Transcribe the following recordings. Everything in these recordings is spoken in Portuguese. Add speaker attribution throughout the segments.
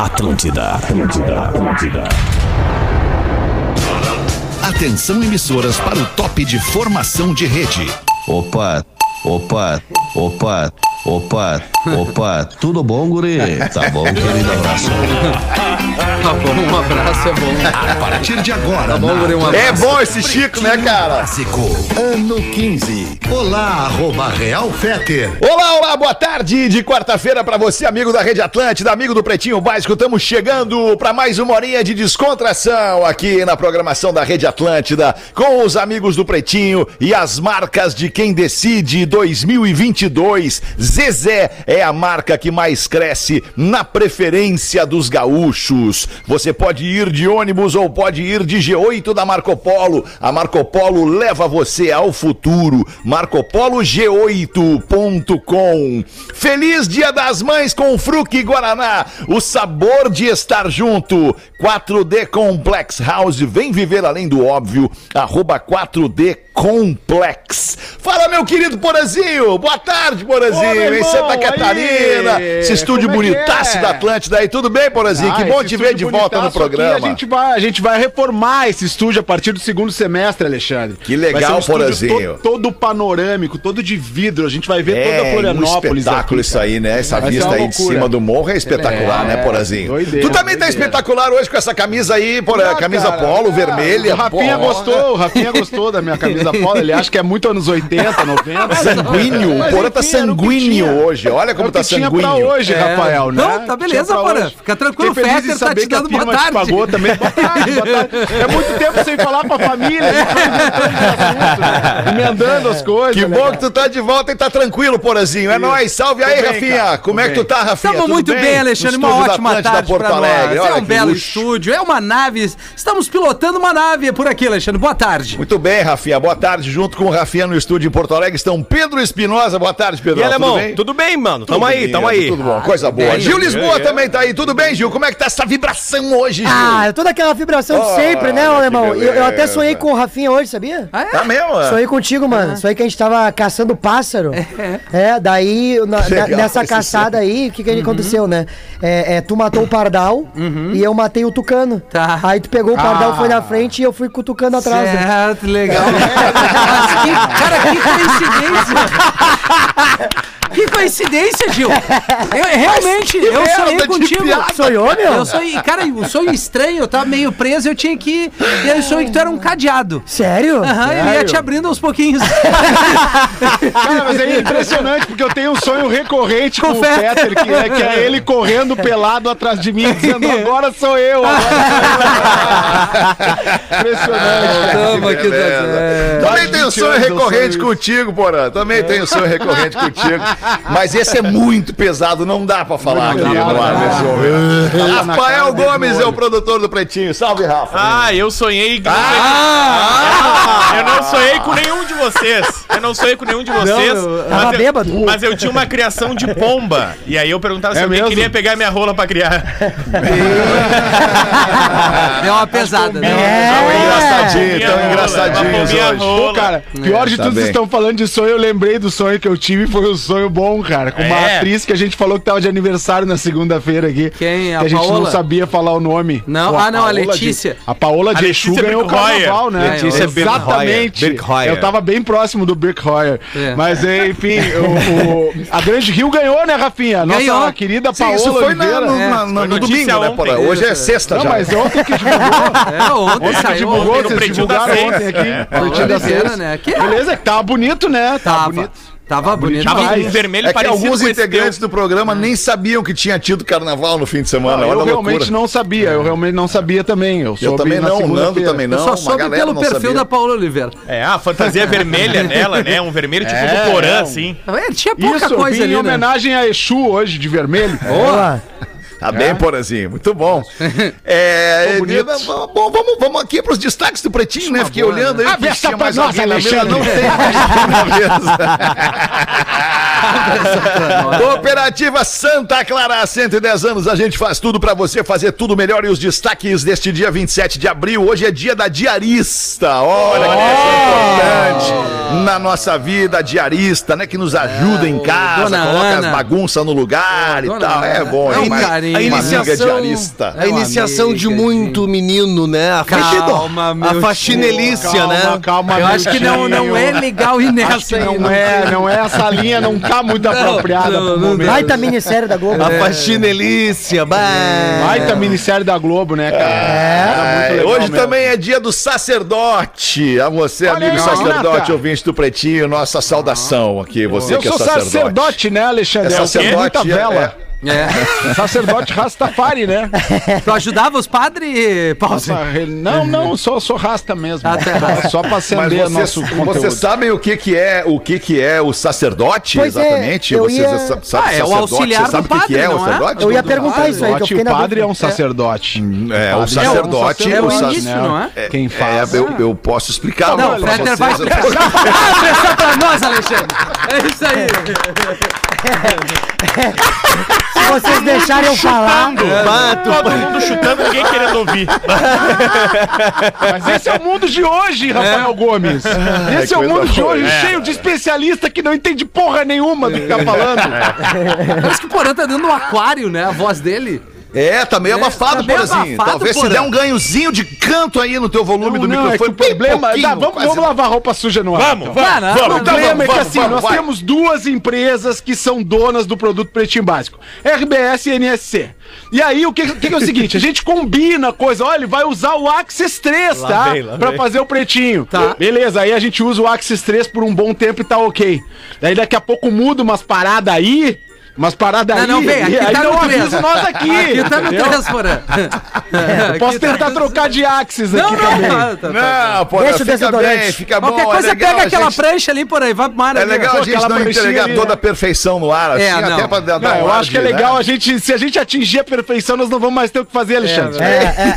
Speaker 1: Atlântida, Atlântida, Atlântida.
Speaker 2: Atenção emissoras para o top de formação de rede.
Speaker 3: Opa, opa, opa, opa, opa, tudo bom, guri? Tá bom, querido, abraço.
Speaker 4: Tá bom, um abraço é bom.
Speaker 2: A partir de agora,
Speaker 4: Tá bom,
Speaker 2: na
Speaker 4: Guri, um abraço.
Speaker 5: É bom esse Chico, né, cara?
Speaker 2: Clássico, ano 15. Olá, arroba Real Feter.
Speaker 5: Olá, olá, boa tarde de quarta-feira pra você, amigo da Rede Atlântida, amigo do Pretinho Básico. Estamos chegando pra mais uma horinha de descontração aqui na programação da Rede Atlântida, com os amigos do Pretinho e as marcas de quem decide 2022. Zezé é a marca que mais cresce na preferência dos gaúchos. Você pode ir de ônibus ou pode ir de G8 da Marco Polo. A Marco Polo leva você ao futuro. MarcoPoloG8.com. Feliz Dia das Mães com Fruque Guaraná. O sabor de estar junto. 4D Complex House. Vem viver além do óbvio. Arroba 4D Complex. Fala, meu querido Porazinho. Boa tarde,
Speaker 6: Ô, meu
Speaker 5: Porazinho. Em
Speaker 6: irmão,
Speaker 5: Santa Catarina.
Speaker 6: aí.
Speaker 5: Esse estúdio
Speaker 6: Como é que
Speaker 5: bonitaço
Speaker 6: é?
Speaker 5: da Atlântida aí. Tudo bem, Porazinho? que
Speaker 6: Ah,
Speaker 5: bom
Speaker 6: esse
Speaker 5: te ver de
Speaker 6: estúdio
Speaker 5: volta no
Speaker 6: bonitaço aqui,
Speaker 5: programa.
Speaker 6: A gente, vai, a gente vai reformar esse estúdio a partir do segundo semestre, Alexandre.
Speaker 5: Que legal,
Speaker 6: Vai ser um estúdio
Speaker 5: Porazinho.
Speaker 6: to- todo panorâmico, todo de vidro. A gente vai ver toda a
Speaker 5: um
Speaker 6: Florianópolis.
Speaker 5: espetáculo
Speaker 6: aqui,
Speaker 5: isso
Speaker 6: cara.
Speaker 5: aí, né? Essa
Speaker 6: Vai ser
Speaker 5: vista
Speaker 6: uma
Speaker 5: aí de
Speaker 6: loucura.
Speaker 5: cima do morro é espetacular,
Speaker 6: É,
Speaker 5: né, Porazinho?
Speaker 6: doideira,
Speaker 5: tu também tá
Speaker 6: doideira.
Speaker 5: espetacular hoje com essa camisa aí, Porã,
Speaker 6: Ah,
Speaker 5: camisa
Speaker 6: cara,
Speaker 5: polo,
Speaker 6: ah,
Speaker 5: vermelha.
Speaker 6: O Rafinha
Speaker 5: porra.
Speaker 6: gostou, o Rafinha gostou da minha camisa polo. Ele acha que é muito anos 80, 90.
Speaker 5: Sanguíneo, o
Speaker 6: Mas
Speaker 5: Porã tá
Speaker 6: enfim, era o que
Speaker 5: sanguíneo
Speaker 6: tinha.
Speaker 5: hoje. Olha
Speaker 6: Como
Speaker 5: é como
Speaker 6: o que
Speaker 5: tá
Speaker 6: tinha pra
Speaker 5: sanguíneo.
Speaker 6: hoje,
Speaker 4: É.
Speaker 6: Rafael, né?
Speaker 4: Não, tá beleza,
Speaker 6: Tinha pra
Speaker 4: Porã.
Speaker 6: hoje.
Speaker 4: Fica tranquilo,
Speaker 6: Fiquei feliz em
Speaker 4: o Fetter tá
Speaker 6: saber
Speaker 4: te
Speaker 6: que a
Speaker 4: dando boa
Speaker 6: firma te
Speaker 4: tarde.
Speaker 6: pagou também. Boa tarde, boa tarde. É muito tempo sem falar pra família, a gente vai inventando de assunto, né? emendando as coisas.
Speaker 5: Que
Speaker 6: né,
Speaker 5: bom
Speaker 6: cara?
Speaker 5: que tu tá de volta e tá tranquilo, Porazinho. É nóis, salve aí,
Speaker 6: bem,
Speaker 5: Rafinha.
Speaker 6: cara, tô
Speaker 5: Como é que tu
Speaker 6: bem.
Speaker 5: tá, Rafinha?
Speaker 4: Estamos
Speaker 5: Tudo
Speaker 4: muito bem, Alexandre.
Speaker 5: No
Speaker 4: Uma
Speaker 5: estúdio da
Speaker 4: ótima
Speaker 5: Atlântida,
Speaker 4: tarde
Speaker 5: Porto
Speaker 4: pra
Speaker 5: Alegre.
Speaker 4: nós. É
Speaker 5: Olha
Speaker 4: um
Speaker 5: que
Speaker 4: belo
Speaker 5: luxo.
Speaker 4: estúdio, é uma nave. Estamos pilotando uma nave por aqui, Alexandre. Boa tarde.
Speaker 5: Muito bem, Rafinha. Boa tarde. Junto com o Rafinha no estúdio em Porto Alegre estão Pedro Espinosa. Boa tarde, Pedro.
Speaker 7: E
Speaker 6: é
Speaker 7: alemão, tudo bem, mano? Tamo aí, tamo aí. Ah,
Speaker 5: Tudo né? bom, coisa boa. Gil Lisboa
Speaker 7: É,
Speaker 5: também tá aí. Tudo bem, Gil? Como é que tá essa vibração hoje, Gil?
Speaker 8: Ah, é toda aquela vibração de
Speaker 5: Olha
Speaker 8: sempre, né,
Speaker 5: que
Speaker 8: alemão? Eu, eu até
Speaker 5: beleza.
Speaker 8: sonhei com o Rafinha hoje, sabia?
Speaker 4: Ah, é?
Speaker 5: Tá mesmo? é?
Speaker 8: Sonhei contigo, mano. Sonhei que a gente tava caçando pássaro. É, daí, na- na-
Speaker 5: Legal
Speaker 8: nessa
Speaker 5: esse
Speaker 8: caçada aí, o que, que aconteceu, né? É, é, tu matou o pardal e eu matei o tucano.
Speaker 4: Tá. é
Speaker 8: Aí tu pegou o pardal,
Speaker 6: Ah.
Speaker 8: foi na frente e eu fui com o tucano atrás. né?
Speaker 4: Certo, legal. Nossa, que- cara, que coincidência. Que coincidência, Gil. Eu, realmente, eu sonhei contigo.
Speaker 8: Sonhou, meu?
Speaker 4: Eu sonhei, cara, um sonho estranho, eu tava meio preso, eu tinha que. Eu sonhei que tu era um cadeado.
Speaker 8: Sério? Então,
Speaker 4: Aham, ele ia te abrindo aos pouquinhos.
Speaker 6: Cara, mas é impressionante, porque eu tenho um sonho recorrente com, o
Speaker 4: Confere.
Speaker 6: Peter, que é, que é ele correndo pelado atrás de mim, dizendo agora sou eu.
Speaker 5: É,
Speaker 6: agora sou eu." impressionante. cara.
Speaker 4: Tamo aqui,
Speaker 5: Beleza. Também
Speaker 7: Tá
Speaker 6: Faz
Speaker 5: tem o
Speaker 6: 20
Speaker 5: sonho
Speaker 6: anos eu
Speaker 5: recorrente
Speaker 6: sonho
Speaker 5: contigo, Porã. Também
Speaker 7: É.
Speaker 5: tem o sonho recorrente contigo. Mas esse é muito pesado, não dá pra falar aqui
Speaker 6: Não dá
Speaker 5: no
Speaker 6: pra
Speaker 5: ar
Speaker 7: né?
Speaker 6: falar.
Speaker 5: nesse momento.
Speaker 6: na
Speaker 5: Rafael
Speaker 6: cara, dedo
Speaker 5: Gomes
Speaker 6: no
Speaker 5: é o
Speaker 6: olho.
Speaker 5: produtor do Pretinho. Salve, Rafa.
Speaker 7: Ah, eu sonhei. Eu não sonhei com nenhum de vocês. Eu não sonhei com nenhum de vocês.
Speaker 4: eu-
Speaker 8: Tava
Speaker 7: mas,
Speaker 8: bêbado.
Speaker 7: eu, mas eu tinha uma criação de pomba. E aí eu perguntava se
Speaker 6: É
Speaker 7: alguém
Speaker 6: mesmo?
Speaker 7: queria pegar minha rola pra criar.
Speaker 4: É uma pesada. né?
Speaker 5: Tão engraçadinho,
Speaker 7: é. Minha
Speaker 5: tão
Speaker 7: rola, uma
Speaker 5: engraçadinhos
Speaker 7: pombinha
Speaker 5: Então, hoje.
Speaker 6: Pô,
Speaker 7: rola.
Speaker 6: cara, pior
Speaker 4: É,
Speaker 6: de
Speaker 5: tá
Speaker 6: tudo,
Speaker 5: bem.
Speaker 6: vocês estão falando de sonho. Eu lembrei do sonho que eu tive, foi um sonho bom, cara. Com uma
Speaker 7: É.
Speaker 6: atriz que a gente falou que tava de aniversário na segunda-feira aqui.
Speaker 4: Quem?
Speaker 6: Que
Speaker 4: A
Speaker 6: a, gente
Speaker 4: Paola?
Speaker 6: não sabia falar o nome.
Speaker 4: Não, ah, não, a Letícia.
Speaker 6: de- a Paola de
Speaker 7: A
Speaker 6: Exu
Speaker 7: Letícia é
Speaker 6: ganhou o
Speaker 7: Birkhoyer.
Speaker 6: carnaval, né?
Speaker 7: é
Speaker 4: Letícia
Speaker 6: Exatamente.
Speaker 7: Birkhoyer. Birkhoyer.
Speaker 6: Eu tava bem próximo do Birkhoyer.
Speaker 4: É.
Speaker 6: Mas, eh, enfim, o- o- a Grande Rio ganhou, né, Rafinha? Nossa
Speaker 4: Ganhou.
Speaker 6: querida
Speaker 5: Sim,
Speaker 6: Paola
Speaker 5: isso foi na-
Speaker 6: Oliveira.
Speaker 5: no,
Speaker 4: É,
Speaker 5: na- no
Speaker 7: foi notícia
Speaker 5: domingo, né,
Speaker 7: ontem.
Speaker 5: Porã? Hoje é sexta
Speaker 6: Não,
Speaker 5: já.
Speaker 6: mas ontem que divulgou.
Speaker 4: É, ontem
Speaker 6: Ontem que
Speaker 4: saiu.
Speaker 6: divulgou,
Speaker 7: ontem no
Speaker 6: vocês
Speaker 7: Pretinho
Speaker 6: divulgaram
Speaker 7: das
Speaker 6: ontem
Speaker 7: Seis.
Speaker 6: aqui.
Speaker 7: É.
Speaker 6: Pretinho das
Speaker 4: Oliveira,
Speaker 6: Seis.
Speaker 4: né? Que-
Speaker 6: Beleza, que é, tava bonito, né?
Speaker 4: Tava. Tava tá bonito.
Speaker 7: Tava com
Speaker 6: demais.
Speaker 7: um vermelho
Speaker 5: É que
Speaker 7: parecido
Speaker 5: alguns
Speaker 7: com esse É.
Speaker 5: integrantes do programa nem sabiam que tinha tido carnaval no fim de semana.
Speaker 6: eu
Speaker 5: Olha a
Speaker 6: realmente
Speaker 5: é loucura.
Speaker 6: não sabia, eu realmente não sabia também. Eu,
Speaker 5: Eu
Speaker 6: soube
Speaker 5: também
Speaker 6: na
Speaker 5: não, o Nando
Speaker 6: segunda-feira.
Speaker 5: também não.
Speaker 4: Eu só
Speaker 5: uma
Speaker 4: soube
Speaker 5: galera
Speaker 4: pelo
Speaker 5: não
Speaker 4: perfil
Speaker 5: sabia.
Speaker 4: da Paula Oliveira.
Speaker 7: teu. É, a fantasia vermelha nela, né? Um vermelho tipo
Speaker 6: É,
Speaker 7: do Porã,
Speaker 6: é um-
Speaker 7: assim.
Speaker 4: É, tinha pouca
Speaker 6: Isso, eu
Speaker 4: coisa
Speaker 6: vim em
Speaker 4: ali, né?
Speaker 6: homenagem a Exu hoje, de vermelho.
Speaker 8: Boa.
Speaker 5: Tá
Speaker 6: É?
Speaker 5: bem, Porazinho, muito bom. É, vamos, vamos, vamos aqui pros destaques do Pretinho, né? Fiquei olhando aí.
Speaker 6: Abre
Speaker 5: que
Speaker 6: essa
Speaker 5: tinha
Speaker 6: pra
Speaker 5: mais
Speaker 6: nós,
Speaker 5: alguém na mesa.
Speaker 6: Alexandre.
Speaker 5: Não tem mais ninguém na mesa. Cooperativa Santa Clara, há 110 anos, a gente faz tudo pra você fazer tudo melhor. E os destaques deste dia 27 de abril, hoje é dia da diarista. Olha que coisa importante na nossa vida, a diarista, né? Que nos ajuda
Speaker 6: É,
Speaker 5: em casa,
Speaker 4: Dona
Speaker 5: coloca
Speaker 4: Ana.
Speaker 5: as bagunças no lugar e
Speaker 4: Dona
Speaker 5: tal. É
Speaker 4: Ana.
Speaker 5: bom,
Speaker 4: É um
Speaker 5: hein? Mas-
Speaker 4: carinho.
Speaker 5: Uma
Speaker 4: A
Speaker 5: amiga
Speaker 9: iniciação-
Speaker 5: diarista.
Speaker 9: A
Speaker 4: É uma
Speaker 9: iniciação de
Speaker 4: amiga,
Speaker 9: muito menino, né? A,
Speaker 4: Calma,
Speaker 9: faxi-
Speaker 4: meu
Speaker 9: a faxinelícia,
Speaker 6: calma,
Speaker 9: né?
Speaker 6: Calma,
Speaker 4: Eu acho que não,
Speaker 6: Miltinho.
Speaker 4: não é legal ir nessa né? aí.
Speaker 6: Não é, não é essa linha, não tá muito apropriada
Speaker 4: não,
Speaker 6: pro
Speaker 4: não
Speaker 6: momento.
Speaker 8: Baita minissérie da Globo.
Speaker 9: A faxinelícia, bah.
Speaker 6: Baita minissérie da Globo, né, cara? Era
Speaker 5: É,
Speaker 6: muito legal
Speaker 5: hoje
Speaker 6: mesmo.
Speaker 5: também é dia do sacerdote. A você,
Speaker 6: Olha
Speaker 5: amigo
Speaker 6: aí,
Speaker 5: sacerdote,
Speaker 6: Renata.
Speaker 5: ouvinte do Pretinho, nossa saudação aqui. Você
Speaker 6: Eu
Speaker 5: que é
Speaker 6: sou
Speaker 5: sacerdote.
Speaker 6: sacerdote, né, Alexandre?
Speaker 5: É
Speaker 6: Eu tenho
Speaker 5: sacerdote,
Speaker 6: muita
Speaker 5: é,
Speaker 6: vela.
Speaker 4: É.
Speaker 6: Sacerdote Rastafari, né?
Speaker 4: Tu ajudava os padres, Pause?
Speaker 6: Nossa, re- Não,
Speaker 8: Uhum.
Speaker 6: não, só sou rasta mesmo. É
Speaker 4: Ah, tá.
Speaker 6: Só pra
Speaker 5: Mas
Speaker 6: acender
Speaker 5: vocês,
Speaker 6: nosso conteúdo.
Speaker 5: vocês sabem o que que é o que que é o sacerdote
Speaker 8: Pois é,
Speaker 5: exatamente?
Speaker 8: eu
Speaker 5: vocês
Speaker 8: ia-
Speaker 5: sa- sa-
Speaker 4: Ah, é o
Speaker 5: sacerdote,
Speaker 4: auxiliar
Speaker 5: vocês sabem
Speaker 4: do
Speaker 5: o que que é
Speaker 4: padre,
Speaker 5: o
Speaker 4: não é?
Speaker 5: sacerdote?
Speaker 8: Eu ia perguntar Ah, isso aí, que eu
Speaker 6: Sacerdote,
Speaker 8: fiquei
Speaker 6: o
Speaker 8: na
Speaker 6: padre é um
Speaker 8: dúvida.
Speaker 6: sacerdote.
Speaker 5: É, o
Speaker 6: Padre é um
Speaker 5: sacerdote,
Speaker 4: é
Speaker 5: o
Speaker 4: o
Speaker 5: sac-
Speaker 4: início, não é?
Speaker 6: Quem
Speaker 5: É,
Speaker 6: faz?
Speaker 5: eu, eu posso explicar.
Speaker 4: Não, o
Speaker 5: pra
Speaker 4: Fetter vai
Speaker 5: vocês.
Speaker 4: explicar. Abre essa pra nós, Alexandre. É isso aí.
Speaker 8: Se vocês deixarem eu falar.
Speaker 7: Todo mundo chutando, ninguém querendo ouvir.
Speaker 6: Mas esse é o mundo de hoje, Rafael Gomes. Esse é, o
Speaker 5: coisa
Speaker 6: mundo de
Speaker 5: boa.
Speaker 6: hoje, cheio de especialista que não entende porra nenhuma do que
Speaker 5: É.
Speaker 6: tá falando.
Speaker 8: É.
Speaker 4: Parece que o Porã tá dentro do aquário, né? A voz dele.
Speaker 5: É, tá
Speaker 6: Né?
Speaker 5: meio
Speaker 4: É,
Speaker 5: abafado,
Speaker 4: tá meio
Speaker 5: Porazinho.
Speaker 4: abafado,
Speaker 5: Talvez se
Speaker 4: Porã.
Speaker 5: der um ganhozinho de canto aí no teu volume do
Speaker 6: é que
Speaker 5: microfone.
Speaker 6: o problema.
Speaker 5: bem pouquinho,
Speaker 6: Tá, vamos,
Speaker 5: quase
Speaker 6: vamos lavar roupa suja no ar.
Speaker 7: Vamos,
Speaker 6: então.
Speaker 7: vamos.
Speaker 4: Caramba.
Speaker 6: O problema
Speaker 5: Vamos,
Speaker 6: é que
Speaker 5: vamos,
Speaker 6: assim,
Speaker 5: vamos,
Speaker 6: nós
Speaker 5: vai.
Speaker 6: temos duas empresas que são donas do produto Pretinho Básico: RBS e NSC. E aí, o que, o que é o seguinte? A gente combina coisa. Olha, ele vai usar o Axis 3, tá?
Speaker 7: vem, lá
Speaker 6: pra
Speaker 7: vem.
Speaker 6: fazer o pretinho.
Speaker 4: Tá.
Speaker 6: Beleza, aí a gente usa o Axis 3 por um bom tempo e tá ok. Daí daqui a pouco muda umas paradas aí. Umas paradas aí.
Speaker 4: Não, não, vem.
Speaker 6: e
Speaker 4: Aqui
Speaker 6: aí
Speaker 4: tá
Speaker 6: não
Speaker 4: no 3.
Speaker 6: avisa nós aqui.
Speaker 4: Aqui tá no
Speaker 6: entendeu? É,
Speaker 4: 3, Porã.
Speaker 6: Eu posso
Speaker 4: Aqui tá-
Speaker 6: tentar trocar de Axis
Speaker 4: Não,
Speaker 6: aqui
Speaker 4: não,
Speaker 6: também. tá
Speaker 4: tá, tá, tá.
Speaker 5: Não, pô,
Speaker 8: Deixa o
Speaker 5: fica
Speaker 8: desodorante.
Speaker 5: bem, fica bom.
Speaker 4: Qualquer coisa,
Speaker 5: é legal,
Speaker 4: pega
Speaker 5: a
Speaker 4: aquela
Speaker 5: gente-
Speaker 4: prancha ali, por aí, vai pro mar
Speaker 5: É
Speaker 4: ali,
Speaker 5: legal
Speaker 4: ó.
Speaker 5: a gente
Speaker 6: aquela
Speaker 5: não
Speaker 6: pranchinha
Speaker 5: entregar
Speaker 6: ali,
Speaker 5: toda
Speaker 6: né?
Speaker 5: a perfeição no ar, assim,
Speaker 4: É, não.
Speaker 5: até pra dar
Speaker 6: Não,
Speaker 5: dar
Speaker 6: eu
Speaker 5: um ar
Speaker 6: acho que é
Speaker 5: de, né?
Speaker 6: legal a gente. Se a gente atingir a perfeição, nós não vamos mais ter o que fazer, Alexandre.
Speaker 8: É, é.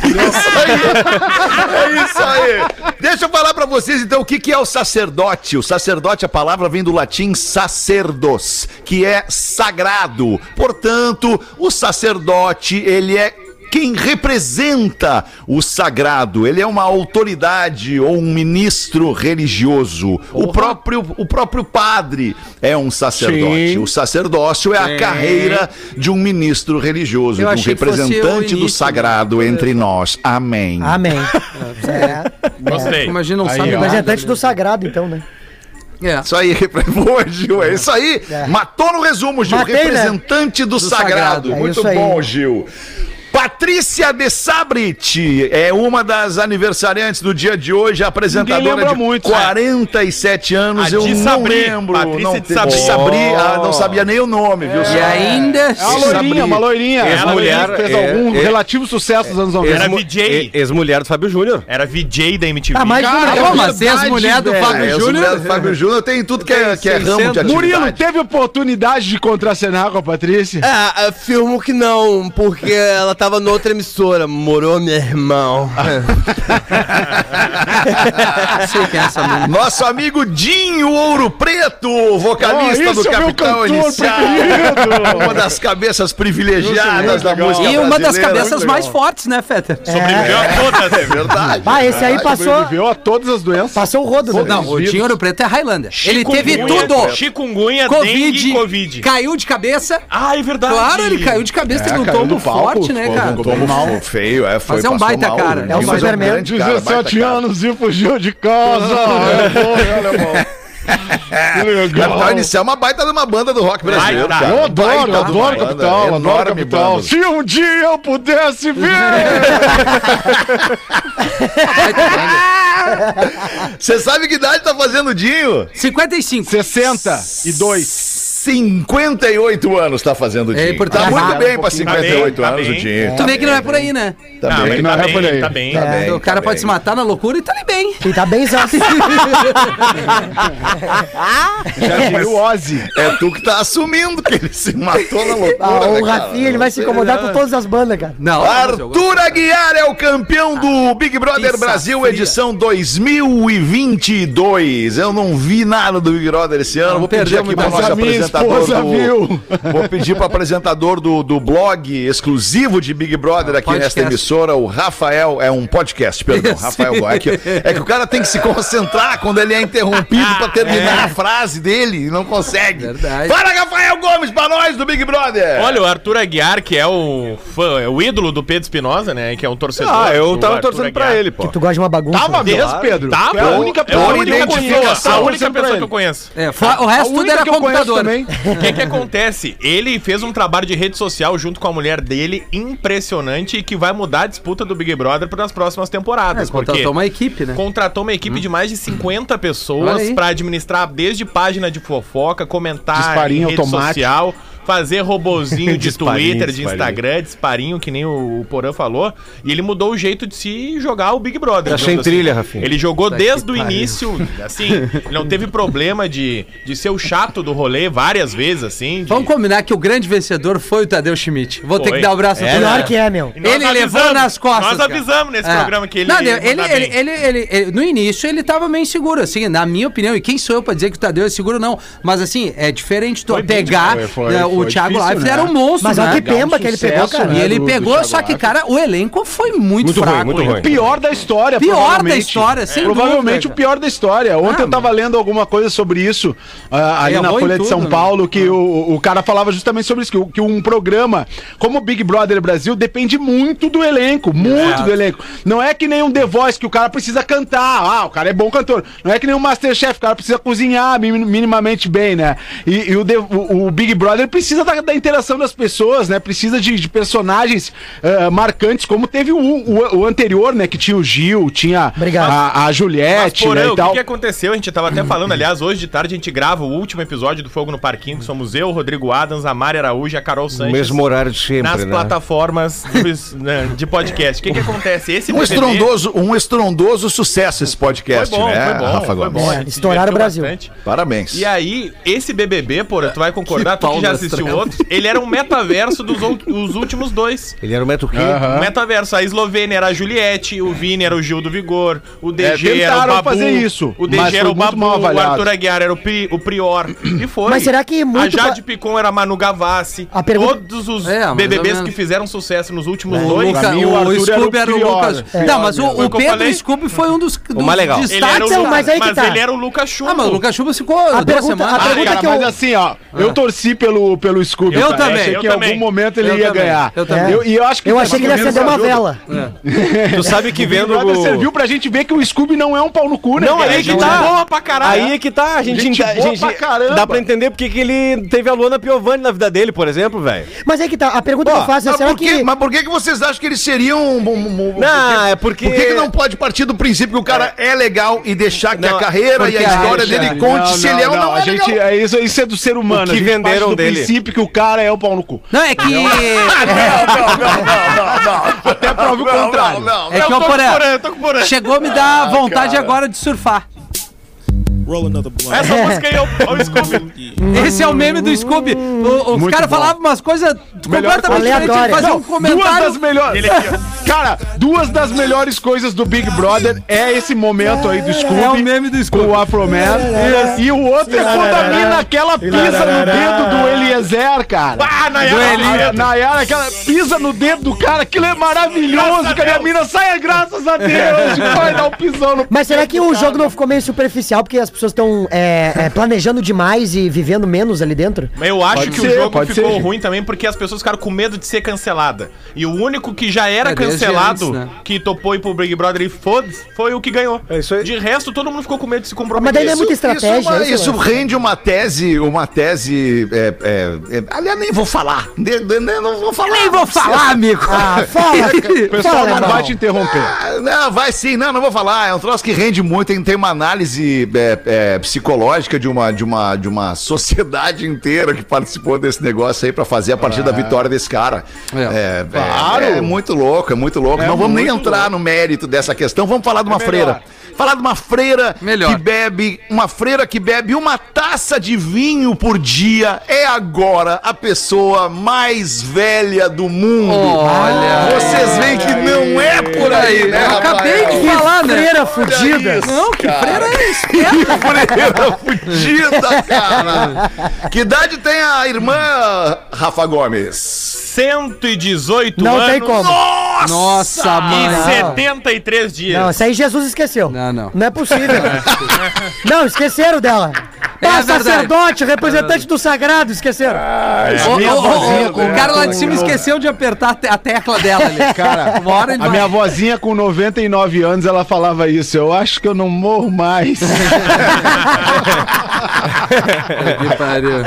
Speaker 5: É isso aí. Deixa eu falar pra vocês então o que, que é o sacerdote. O sacerdote, a palavra vem do latim sacerdos, que é sagrado. Portanto, o sacerdote, ele é quem representa o sagrado, ele é uma autoridade ou um ministro religioso. O próprio, o próprio padre é um sacerdote.
Speaker 6: Sim.
Speaker 5: O sacerdócio é a carreira de um ministro religioso,
Speaker 4: Eu
Speaker 5: de um
Speaker 4: achei que fosse o
Speaker 5: representante do
Speaker 4: início, né?
Speaker 5: sagrado entre nós. Amém.
Speaker 8: Amém.
Speaker 7: Gostei.
Speaker 4: Imagina, um não
Speaker 6: Aí,
Speaker 4: sabe
Speaker 6: ó.
Speaker 4: nada.
Speaker 8: Representante do sagrado, então, né?
Speaker 4: É.
Speaker 5: Isso aí, boa, Gil. É isso aí. Matou no resumo, Gil.
Speaker 8: Matei, né?
Speaker 5: Representante do, sagrado.
Speaker 4: sagrado.
Speaker 8: É
Speaker 5: Muito
Speaker 8: isso aí.
Speaker 5: bom, Gil. Patrícia de Sabrit é uma das aniversariantes do dia de hoje, apresentadora
Speaker 6: lembra
Speaker 5: de
Speaker 6: muito, né?
Speaker 5: 47 anos.
Speaker 7: A
Speaker 5: eu
Speaker 7: de
Speaker 5: não
Speaker 7: Sabri.
Speaker 5: lembro.
Speaker 7: Patrícia
Speaker 5: não,
Speaker 7: de Sabri.
Speaker 5: Sabri, ah, não sabia nem o nome, viu?
Speaker 4: Oh. É. E ainda...
Speaker 6: É uma loirinha, uma loirinha.
Speaker 9: É,
Speaker 6: Uma
Speaker 9: a
Speaker 6: loirinha
Speaker 9: mulher
Speaker 6: que fez
Speaker 9: é-
Speaker 6: algum
Speaker 9: é-
Speaker 6: relativo sucesso nos anos 90.
Speaker 7: Era
Speaker 9: Ex-mu-
Speaker 7: VJ.
Speaker 9: e- Ex-mulher do Fábio Júnior.
Speaker 7: Era VJ da MTV.
Speaker 8: Ah, mais
Speaker 4: Ah,
Speaker 8: uma
Speaker 4: bom, mas tem as mulheres do
Speaker 5: É,
Speaker 4: Fábio
Speaker 5: eu sou
Speaker 4: Júnior.
Speaker 5: mulher do Fábio Júnior tem tudo que é, que é ramo de atividade.
Speaker 6: Murilo, teve oportunidade de contracenar com a Patrícia?
Speaker 9: Ah, afirmo que não, porque ela tava noutra emissora, morou meu irmão.
Speaker 4: Não sei quem é essa mulher.
Speaker 5: Nosso amigo Dinho Ouro Preto, vocalista
Speaker 6: Oh, esse
Speaker 5: do
Speaker 6: é meu
Speaker 5: Capital
Speaker 6: cantor
Speaker 5: Inicial. Uma das cabeças privilegiadas
Speaker 6: é
Speaker 5: da música
Speaker 4: E uma das
Speaker 5: brasileira.
Speaker 4: cabeças
Speaker 5: Muito
Speaker 4: mais
Speaker 5: legal.
Speaker 4: fortes, né, Fetter?
Speaker 7: Sobreviveu a todas.
Speaker 5: É verdade.
Speaker 8: Ah, esse aí passou,
Speaker 6: Sobreviveu a todas as doenças.
Speaker 8: passou o rodo, né?
Speaker 4: Não, o Dinho Ouro Preto é Highlander. Ele teve
Speaker 7: Chikungunya,
Speaker 4: tudo.
Speaker 7: Chikungunya, dengue
Speaker 4: Covid,
Speaker 7: e Covid.
Speaker 4: Caiu de cabeça.
Speaker 7: Ah, é verdade.
Speaker 4: Claro, ele caiu de cabeça, teve um
Speaker 6: caiu
Speaker 4: tombo
Speaker 6: do É, palco,
Speaker 4: forte, né,
Speaker 6: foi
Speaker 4: cara?
Speaker 6: um
Speaker 5: Tomou mal. feio, é, foi
Speaker 4: Mas é um
Speaker 5: passou
Speaker 4: baita,
Speaker 5: mal.
Speaker 4: cara.
Speaker 8: É o
Speaker 5: Mas um
Speaker 8: Superman.
Speaker 5: grande cara, baita
Speaker 6: 17
Speaker 5: cara.
Speaker 6: anos e fugiu de casa. Que legal.
Speaker 5: Capital Inicial é uma baita de uma banda do rock brasileiro,
Speaker 7: Baita.
Speaker 5: cara.
Speaker 6: Eu adoro,
Speaker 5: Baita
Speaker 6: eu
Speaker 5: de
Speaker 6: adoro
Speaker 5: uma
Speaker 6: o
Speaker 5: banda,
Speaker 6: Capital, eu adoro o
Speaker 5: enorme
Speaker 6: Capital.
Speaker 5: banda.
Speaker 6: Se um dia eu pudesse ver...
Speaker 5: Você sabe que idade tá fazendo o Dinho?
Speaker 4: 55.
Speaker 6: 62.
Speaker 5: 58 anos tá fazendo o
Speaker 9: É
Speaker 5: Dinho.
Speaker 9: importante.
Speaker 5: tá muito
Speaker 4: Tá
Speaker 5: bem pra
Speaker 7: Tá bem,
Speaker 5: 58
Speaker 7: tá
Speaker 5: anos
Speaker 7: bem.
Speaker 5: o Dinho.
Speaker 4: Tu vê que não é por aí, né?
Speaker 5: Tá
Speaker 7: não,
Speaker 5: bem.
Speaker 7: ele
Speaker 6: não
Speaker 7: tá
Speaker 6: é por
Speaker 7: bem,
Speaker 6: aí.
Speaker 7: tá bem.
Speaker 5: Tá
Speaker 4: É,
Speaker 5: bem,
Speaker 4: o cara
Speaker 5: tá
Speaker 4: pode
Speaker 5: bem.
Speaker 4: se matar na loucura e tá ali bem.
Speaker 8: E tá bem exato.
Speaker 6: Já viu o Ozzy.
Speaker 5: É tu que tá assumindo que ele se matou na loucura.
Speaker 8: Ah,
Speaker 5: né,
Speaker 8: o
Speaker 5: cara?
Speaker 8: Rafinha, ele vai se incomodar com todas as bandas, cara.
Speaker 4: Não,
Speaker 5: Arthur Aguiar é o campeão
Speaker 6: Ah,
Speaker 5: do Big Brother
Speaker 4: pizza
Speaker 5: Brasil,
Speaker 4: fria.
Speaker 5: edição 2022. Eu não vi nada do Big Brother esse ano. Vou pedir
Speaker 4: perdemos
Speaker 5: aqui para
Speaker 6: nada.
Speaker 5: nosso
Speaker 6: Mas a minha
Speaker 5: apresentador
Speaker 6: esposa
Speaker 5: do...
Speaker 6: viu.
Speaker 5: Vou pedir para apresentador do, do blog exclusivo de Big
Speaker 6: Ah,
Speaker 5: Brother aqui
Speaker 4: podcast.
Speaker 5: nesta emissora, o Rafael. É um podcast, perdão,
Speaker 4: Isso.
Speaker 5: Rafael Goy. É que, é que o cara tem que se concentrar quando ele é interrompido para terminar a frase dele e não consegue.
Speaker 4: Verdade.
Speaker 5: Fala, Rafael Gomes, para nós do Big Brother.
Speaker 4: É.
Speaker 7: Olha, o Arthur Aguiar, que é o fã, é o ídolo do Pedro Espinosa, né? Que é um torcedor.
Speaker 6: Ah, eu
Speaker 7: do
Speaker 6: tava
Speaker 7: Arthur
Speaker 6: torcendo pra
Speaker 7: Aguiar.
Speaker 6: ele, pô.
Speaker 8: Tu gosta de uma bagunça.
Speaker 7: Tá
Speaker 6: Tava mesmo, Pedro.
Speaker 7: Tava?
Speaker 6: É a única
Speaker 7: É a
Speaker 6: pessoa que eu
Speaker 7: única
Speaker 6: conheço.
Speaker 7: pessoa, É a única
Speaker 6: Torcendo
Speaker 7: pessoa
Speaker 6: pra
Speaker 7: que
Speaker 6: ele.
Speaker 7: eu conheço.
Speaker 4: É, fora- o
Speaker 6: A
Speaker 4: resto tudo
Speaker 6: única
Speaker 4: era
Speaker 6: que eu conheço
Speaker 4: computador. É,
Speaker 6: também.
Speaker 7: O que, que acontece? Ele fez um trabalho de rede social junto com a mulher dele impressionante e que vai mudar a disputa do Big Brother para as próximas temporadas.
Speaker 4: É,
Speaker 7: porque
Speaker 4: contratou uma equipe, né?
Speaker 7: contratou uma
Speaker 6: Hum.
Speaker 7: equipe de mais de 50
Speaker 4: Olha
Speaker 7: pessoas
Speaker 4: aí.
Speaker 7: para administrar desde página de fofoca, comentar
Speaker 6: Disparinho automático.
Speaker 7: social, fazer robozinho de
Speaker 6: Disparinho,
Speaker 7: Twitter, de
Speaker 6: disparinho.
Speaker 7: Instagram, disparinho, que nem o, o Porã falou. E ele mudou o jeito de se jogar o Big Brother.
Speaker 6: Achei
Speaker 7: digamos assim.
Speaker 6: trilha, Rafinha.
Speaker 7: Ele jogou
Speaker 4: Puta
Speaker 7: desde
Speaker 4: que
Speaker 7: o
Speaker 4: pariu.
Speaker 7: início, assim, ele não teve problema de, de ser o chato do rolê várias vezes, assim. de-
Speaker 4: Vamos combinar que o grande vencedor foi o Tadeu Schmidt. Vou ter
Speaker 7: Foi.
Speaker 4: que dar o braço
Speaker 7: É,
Speaker 4: pro
Speaker 8: Pior
Speaker 4: cara.
Speaker 8: que é, meu.
Speaker 7: E nós
Speaker 4: Ele levou
Speaker 7: avisamos,
Speaker 4: nas costas.
Speaker 7: Nós
Speaker 4: cara.
Speaker 7: avisamos nesse
Speaker 4: É.
Speaker 7: programa que ele.
Speaker 4: Não, ele, ele,
Speaker 7: manda
Speaker 4: ele,
Speaker 7: bem.
Speaker 4: ele- ele- no início ele tava meio seguro, assim, na minha opinião. E quem sou eu pra dizer que o Tadeu é seguro, não. Mas assim, é diferente tu
Speaker 6: Foi bem
Speaker 4: pegar
Speaker 6: difícil, foi-
Speaker 4: né, o
Speaker 6: foi
Speaker 4: Thiago
Speaker 6: difícil,
Speaker 4: Leifert,
Speaker 6: né?
Speaker 4: era um monstro,
Speaker 8: Mas olha
Speaker 4: né?
Speaker 8: que pemba que ele pegou,
Speaker 6: sucesso,
Speaker 8: cara.
Speaker 6: né?
Speaker 4: E ele
Speaker 6: do- do
Speaker 4: pegou,
Speaker 6: Thiago
Speaker 4: só que,
Speaker 6: Leifert.
Speaker 4: cara, o elenco foi muito, fraco.
Speaker 6: né? Pior da história,
Speaker 4: Pior da
Speaker 6: provavelmente.
Speaker 4: história, sem dúvida.
Speaker 6: Provavelmente o
Speaker 4: cara.
Speaker 6: pior da história. Ontem
Speaker 4: Ah,
Speaker 6: eu tava lendo alguma coisa sobre isso ah, ali
Speaker 4: Ele
Speaker 6: na
Speaker 4: errou em
Speaker 6: Folha de
Speaker 4: tudo,
Speaker 6: São
Speaker 4: né?
Speaker 6: Paulo, que o, o cara falava justamente sobre isso, que, o- que um programa como o Big Brother Brasil depende muito do elenco, muito do elenco. Não é que nem um The Voice que o cara precisa cantar, ah, o cara é bom cantor. Não é que nem um Masterchef, o cara precisa cozinhar mi- minimamente bem, né? E, e o, The- o- o Big Brother precisa da, da interação das pessoas, né? Precisa de, de personagens ah, marcantes, como teve o, o- o anterior, né? Que tinha o Gil, tinha
Speaker 8: Obrigado.
Speaker 6: a, a
Speaker 7: Mas,
Speaker 6: Juliette,
Speaker 7: porém,
Speaker 6: né,
Speaker 7: o
Speaker 6: e
Speaker 7: que,
Speaker 6: tal.
Speaker 7: que aconteceu? A gente tava até falando, aliás, hoje de tarde a gente grava o último episódio do Fogo no Parquinho, que somos eu, Rodrigo Adams, a Mari Araújo e a Carol Sanches.
Speaker 10: Mesmo horário de sempre,
Speaker 7: nas
Speaker 10: né?
Speaker 7: plataformas dos- né, de podcast. O que, que acontece? Esse
Speaker 5: Um
Speaker 7: BBB
Speaker 5: estrondoso, um estrondoso sucesso esse
Speaker 7: foi
Speaker 5: podcast,
Speaker 7: bom,
Speaker 5: né,
Speaker 7: foi bom,
Speaker 5: Rafa
Speaker 7: foi
Speaker 5: Gomes?
Speaker 7: bom.
Speaker 8: É,
Speaker 7: a gente se
Speaker 8: estouraram o
Speaker 7: divertiu
Speaker 8: Brasil.
Speaker 5: Parabéns.
Speaker 7: E aí, esse BBB, porra, tu vai concordar, tu
Speaker 4: pau
Speaker 7: que já
Speaker 4: nas
Speaker 7: assistiu
Speaker 4: trevas.
Speaker 7: outros, ele era um metaverso dos out- os últimos dois.
Speaker 10: Ele era um o Meto King.
Speaker 7: O metaverso, a Eslovênia era a Juliette, o Vini era o Gil do Vigor, o DG
Speaker 6: É,
Speaker 7: era o
Speaker 6: tentaram
Speaker 7: Babu,
Speaker 6: fazer isso,
Speaker 7: o DG
Speaker 6: mas
Speaker 7: era
Speaker 6: foi
Speaker 7: o
Speaker 6: muito
Speaker 7: Babu,
Speaker 6: mal
Speaker 7: o
Speaker 6: avaliado.
Speaker 7: Arthur Aguiar era o, Pri- o Prior, e foi.
Speaker 8: Mas será que
Speaker 7: A
Speaker 8: muito
Speaker 7: Jade Picon era a Manu Gavassi,
Speaker 8: A pergunta-
Speaker 7: todos os
Speaker 4: É, mais ou
Speaker 7: BBBs
Speaker 4: menos.
Speaker 7: que fizeram sucesso nos últimos
Speaker 4: O,
Speaker 7: dois,
Speaker 4: Luca,
Speaker 6: mim, o
Speaker 4: o,
Speaker 6: Arthur era
Speaker 4: Scooby
Speaker 6: o
Speaker 4: era o
Speaker 6: pior,
Speaker 4: Lucas.
Speaker 6: é.
Speaker 4: não, mas o,
Speaker 7: Foi o
Speaker 4: o
Speaker 7: que eu
Speaker 4: Pedro
Speaker 7: falei.
Speaker 4: e Scooby foi um dos, dos
Speaker 10: mais legal.
Speaker 4: destaques.
Speaker 7: ele era o
Speaker 8: Então,
Speaker 7: Lucas,
Speaker 8: mas
Speaker 7: mas,
Speaker 8: aí que tá.
Speaker 7: ele era o Lucas Chumbo.
Speaker 4: Ah, mas o Lucas Chuba ficou
Speaker 8: A
Speaker 4: duas
Speaker 8: pergunta-
Speaker 4: semanas.
Speaker 8: a
Speaker 4: Ah,
Speaker 8: pergunta
Speaker 6: Cara,
Speaker 8: que
Speaker 6: mas
Speaker 8: eu-
Speaker 6: assim, ó, eu torci pelo, pelo Scooby.
Speaker 4: Eu
Speaker 6: cara.
Speaker 4: também,
Speaker 6: Achei
Speaker 7: eu
Speaker 6: que
Speaker 7: também.
Speaker 6: em algum momento ele
Speaker 4: Eu
Speaker 6: ia
Speaker 4: também,
Speaker 6: ganhar.
Speaker 4: eu também.
Speaker 6: e eu acho
Speaker 8: Eu achei que ele
Speaker 6: mais ou
Speaker 8: acendeu
Speaker 6: menos
Speaker 8: uma
Speaker 6: ajuda.
Speaker 8: vela.
Speaker 10: Tu sabe que
Speaker 6: Big
Speaker 10: vendo.
Speaker 6: Brother serviu pra gente ver que o Scooby não é um pau no cu, né?
Speaker 10: Não,
Speaker 6: cara?
Speaker 10: aí
Speaker 7: é
Speaker 10: que
Speaker 7: gente boa
Speaker 10: tá.
Speaker 7: pra caralho.
Speaker 10: Aí é que tá. A gente,
Speaker 6: Gente
Speaker 10: a
Speaker 6: boa
Speaker 10: gente-
Speaker 6: pra caramba.
Speaker 10: Dá pra entender porque que ele teve a Luana Piovani na vida dele, por exemplo, velho.
Speaker 8: Mas aí que tá. A pergunta que eu faço é:
Speaker 5: Mas
Speaker 8: será
Speaker 5: por, que,
Speaker 8: que.
Speaker 5: mas por que que vocês acham que eles seriam. um- um- um-
Speaker 10: Não, é porque.
Speaker 5: Por que, que não pode partir do princípio que o cara é legal e deixar que
Speaker 10: Não,
Speaker 5: a carreira e a
Speaker 4: porque
Speaker 5: história
Speaker 4: acha.
Speaker 5: dele conte
Speaker 6: não,
Speaker 5: se ele é ou não,
Speaker 6: a
Speaker 5: é
Speaker 6: gente,
Speaker 5: legal?
Speaker 6: é isso, isso é do ser humano.
Speaker 10: O que
Speaker 6: a gente parte
Speaker 10: venderam
Speaker 6: do
Speaker 10: dele.
Speaker 6: princípio que o cara é o pau no cu.
Speaker 4: Não, é que.
Speaker 6: Até prova o contrário.
Speaker 4: É que
Speaker 7: eu
Speaker 4: o
Speaker 7: tô com porã, eu
Speaker 4: Porã
Speaker 7: tô com porã.
Speaker 4: chegou a me dar vontade agora de surfar.
Speaker 7: Essa música aí é o, é o Scooby.
Speaker 4: Esse é o meme do Scooby. O- Os
Speaker 6: Muito
Speaker 4: caras
Speaker 6: bom.
Speaker 4: falavam umas coisas completamente diferentes. Ele
Speaker 8: Aleatória.
Speaker 4: fazia um
Speaker 6: Não, duas das
Speaker 4: comentário.
Speaker 6: melhores. Cara, duas das melhores coisas do Big Brother é esse momento aí do Scooby.
Speaker 4: É o meme do Scooby.
Speaker 6: Com o Afroman. E o outro é quando a mina aquela pisa no dedo do Eliezer, cara.
Speaker 7: Ah,
Speaker 6: Do
Speaker 7: Nayara
Speaker 6: Eli-
Speaker 7: Azevedo.
Speaker 6: Nayara, aquela pisa no dedo do cara, aquilo é maravilhoso, cara. E a mina sai, graças a Deus, vai dar um pisão no
Speaker 8: Mas será que o jogo não ficou meio superficial porque as pessoas estão é, é, planejando demais e vivendo menos ali dentro?
Speaker 7: Mas eu acho
Speaker 6: Pode
Speaker 7: que o
Speaker 6: ser,
Speaker 7: jogo
Speaker 6: pode
Speaker 7: ficou
Speaker 6: ser, gente.
Speaker 7: ruim também porque as pessoas ficaram com medo de ser cancelada. E o único que já era
Speaker 4: É, desde
Speaker 7: cancelado,
Speaker 4: antes, né?
Speaker 7: que topou ir pro Big Brother e foda-se, foi o que ganhou.
Speaker 10: É isso aí.
Speaker 7: De resto, todo mundo ficou com medo de se
Speaker 8: Mas daí não
Speaker 7: comprometer.
Speaker 8: é muita
Speaker 5: Isso-
Speaker 8: estratégia.
Speaker 5: Isso, é uma-
Speaker 8: esse é o
Speaker 5: isso
Speaker 8: lance.
Speaker 5: rende uma tese, uma tese. é, é, é, aliás, nem vou falar. Ne- ne- ne- não vou falar.
Speaker 4: Nem vou falar, amigo.
Speaker 8: Ah, fala.
Speaker 6: O pessoal
Speaker 8: fala,
Speaker 6: não
Speaker 8: Leandrão.
Speaker 6: vai te interromper.
Speaker 5: Ah, Não, vai sim, não, não vou falar. É um troço que rende muito, tem, tem uma análise é, é, psicológica de uma, de uma, de uma sociedade inteira que participou desse negócio aí pra fazer a partir da vitória desse cara. Ah. É, é,
Speaker 6: Claro.
Speaker 5: é muito louco, é muito louco. É Não vamos nem entrar no mérito dessa questão, vamos falar de uma freira. Falar de uma freira
Speaker 4: Melhor.
Speaker 5: que bebe, uma freira que bebe uma taça de vinho por dia é agora a pessoa mais velha do mundo.
Speaker 4: Olha
Speaker 5: Ah, vocês veem que não é por aí, né,
Speaker 4: Eu acabei de falar, né?
Speaker 8: Freira fudida.
Speaker 4: Não, que freira é esperta.
Speaker 5: Freira fudida, cara. Que idade tem a irmã Rafa Gomes?
Speaker 7: 118
Speaker 8: Não
Speaker 7: anos.
Speaker 8: tem como. Ah,
Speaker 4: Nossa,
Speaker 7: E
Speaker 4: mano.
Speaker 7: 73
Speaker 8: Não,
Speaker 7: dias.
Speaker 8: isso aí Jesus esqueceu.
Speaker 4: Não, não.
Speaker 8: Não é possível. não, esqueceram dela.
Speaker 4: É
Speaker 8: Ah,
Speaker 4: verdade.
Speaker 8: sacerdote, representante do sagrado, esqueceram.
Speaker 6: É,
Speaker 4: Ô, ô, ô, ô, o cara lá de cima esqueceu de apertar a te- a tecla dela ali. Cara, uma hora ele
Speaker 6: né? A
Speaker 4: vai-
Speaker 6: minha vozinha com 99 anos, ela falava isso. Eu acho que eu não morro mais.
Speaker 4: Que pariu.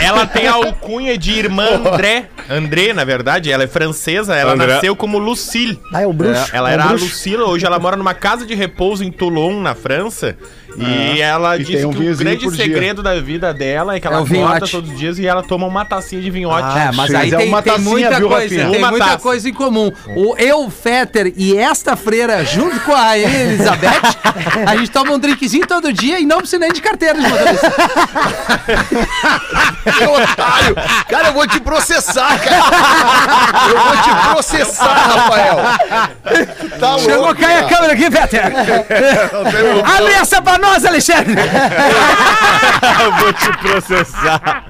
Speaker 7: Ela tem a alcunha de irmã André. André, na verdade, ela é francesa, ela nasceu como Lucille.
Speaker 8: Ah, é o bruxo.
Speaker 7: Ela
Speaker 8: É o
Speaker 7: era a
Speaker 8: bruxo.
Speaker 7: Lucila, hoje ela mora numa casa de repouso em Toulon, na França. E ela
Speaker 6: E
Speaker 7: diz
Speaker 6: tem um
Speaker 7: que o
Speaker 6: vinhozinho
Speaker 7: grande
Speaker 6: por dia.
Speaker 7: segredo da vida dela é que
Speaker 4: É
Speaker 7: ela
Speaker 5: um
Speaker 4: o
Speaker 7: acorda
Speaker 4: vinhote.
Speaker 7: todos os dias e ela toma uma tacinha de vinhote.
Speaker 5: Ah,
Speaker 4: É, mas aí
Speaker 6: Mas é
Speaker 4: tem,
Speaker 6: uma
Speaker 4: tem
Speaker 6: tacinha,
Speaker 4: muita
Speaker 6: viu,
Speaker 4: coisa,
Speaker 6: Rafinha?
Speaker 4: tem
Speaker 7: Uma
Speaker 4: muita
Speaker 7: taça.
Speaker 4: coisa em comum. O eu, Fetter e esta freira, junto com a Elizabeth, a gente toma um drinkzinho todo dia e não precisa nem de carteira de motorista.
Speaker 5: Meu otário! Cara, eu vou te processar, cara! Eu vou te processar, Rafael! Tá louco,
Speaker 4: Chegou, cai a
Speaker 5: cara.
Speaker 4: câmera aqui, Fetter.
Speaker 5: Não tem-
Speaker 4: Abre essa pra nós, Alexandre.
Speaker 7: Eu vou te processar.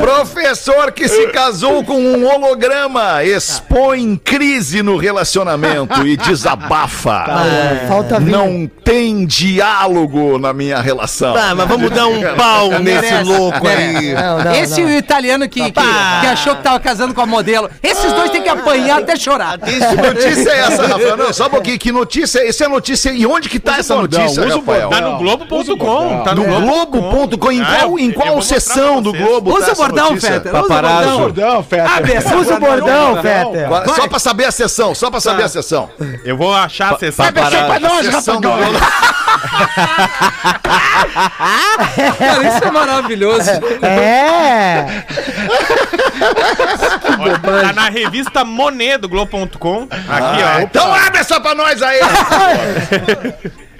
Speaker 5: Professor que se casou com um holograma expõe crise no relacionamento e desabafa.
Speaker 8: Ah, Falta vinho.
Speaker 5: Não tem diálogo na minha relação.
Speaker 9: Tá,
Speaker 10: Ah,
Speaker 9: mas vamos dar um pau nesse louco aí.
Speaker 8: Não, não,
Speaker 4: Esse é
Speaker 8: não.
Speaker 4: italiano que, que, que achou que tava casando com a modelo. Esses dois têm que apanhar até chorar.
Speaker 5: Que notícia é essa, Rafael? Não, só um pouquinho. Que notícia é essa? É notícia. E onde que tá essa
Speaker 6: bordão,
Speaker 5: notícia,
Speaker 6: usa o
Speaker 5: Rafael?
Speaker 7: Tá no Globo.com. Tá
Speaker 5: é. No
Speaker 7: no
Speaker 5: Globo.com. Em
Speaker 7: Ah, eu-
Speaker 5: qual, em
Speaker 7: eu
Speaker 5: qual
Speaker 7: vou mostrar
Speaker 5: sessão
Speaker 7: pra
Speaker 5: do
Speaker 7: vocês.
Speaker 5: Globo
Speaker 4: Usa
Speaker 5: tá
Speaker 4: o
Speaker 5: essa
Speaker 4: bordão,
Speaker 5: notícia?
Speaker 4: Fetter. Usa o
Speaker 10: Paparazzo.
Speaker 4: bordão.
Speaker 6: bordão, festa.
Speaker 7: Ah,
Speaker 4: Abre essa.
Speaker 8: Usa o bordão, Feta.
Speaker 5: Agora, Só pra saber a sessão, só pra
Speaker 7: Tá.
Speaker 5: saber a sessão.
Speaker 7: Eu vou achar a sessão.
Speaker 5: pra nós, sessão do Globo.
Speaker 4: Cara, isso é maravilhoso.
Speaker 8: É.
Speaker 7: Olha, Tá na revista Monet do Globo.com. Aqui, ó.
Speaker 5: Então abre essa pra nós aí.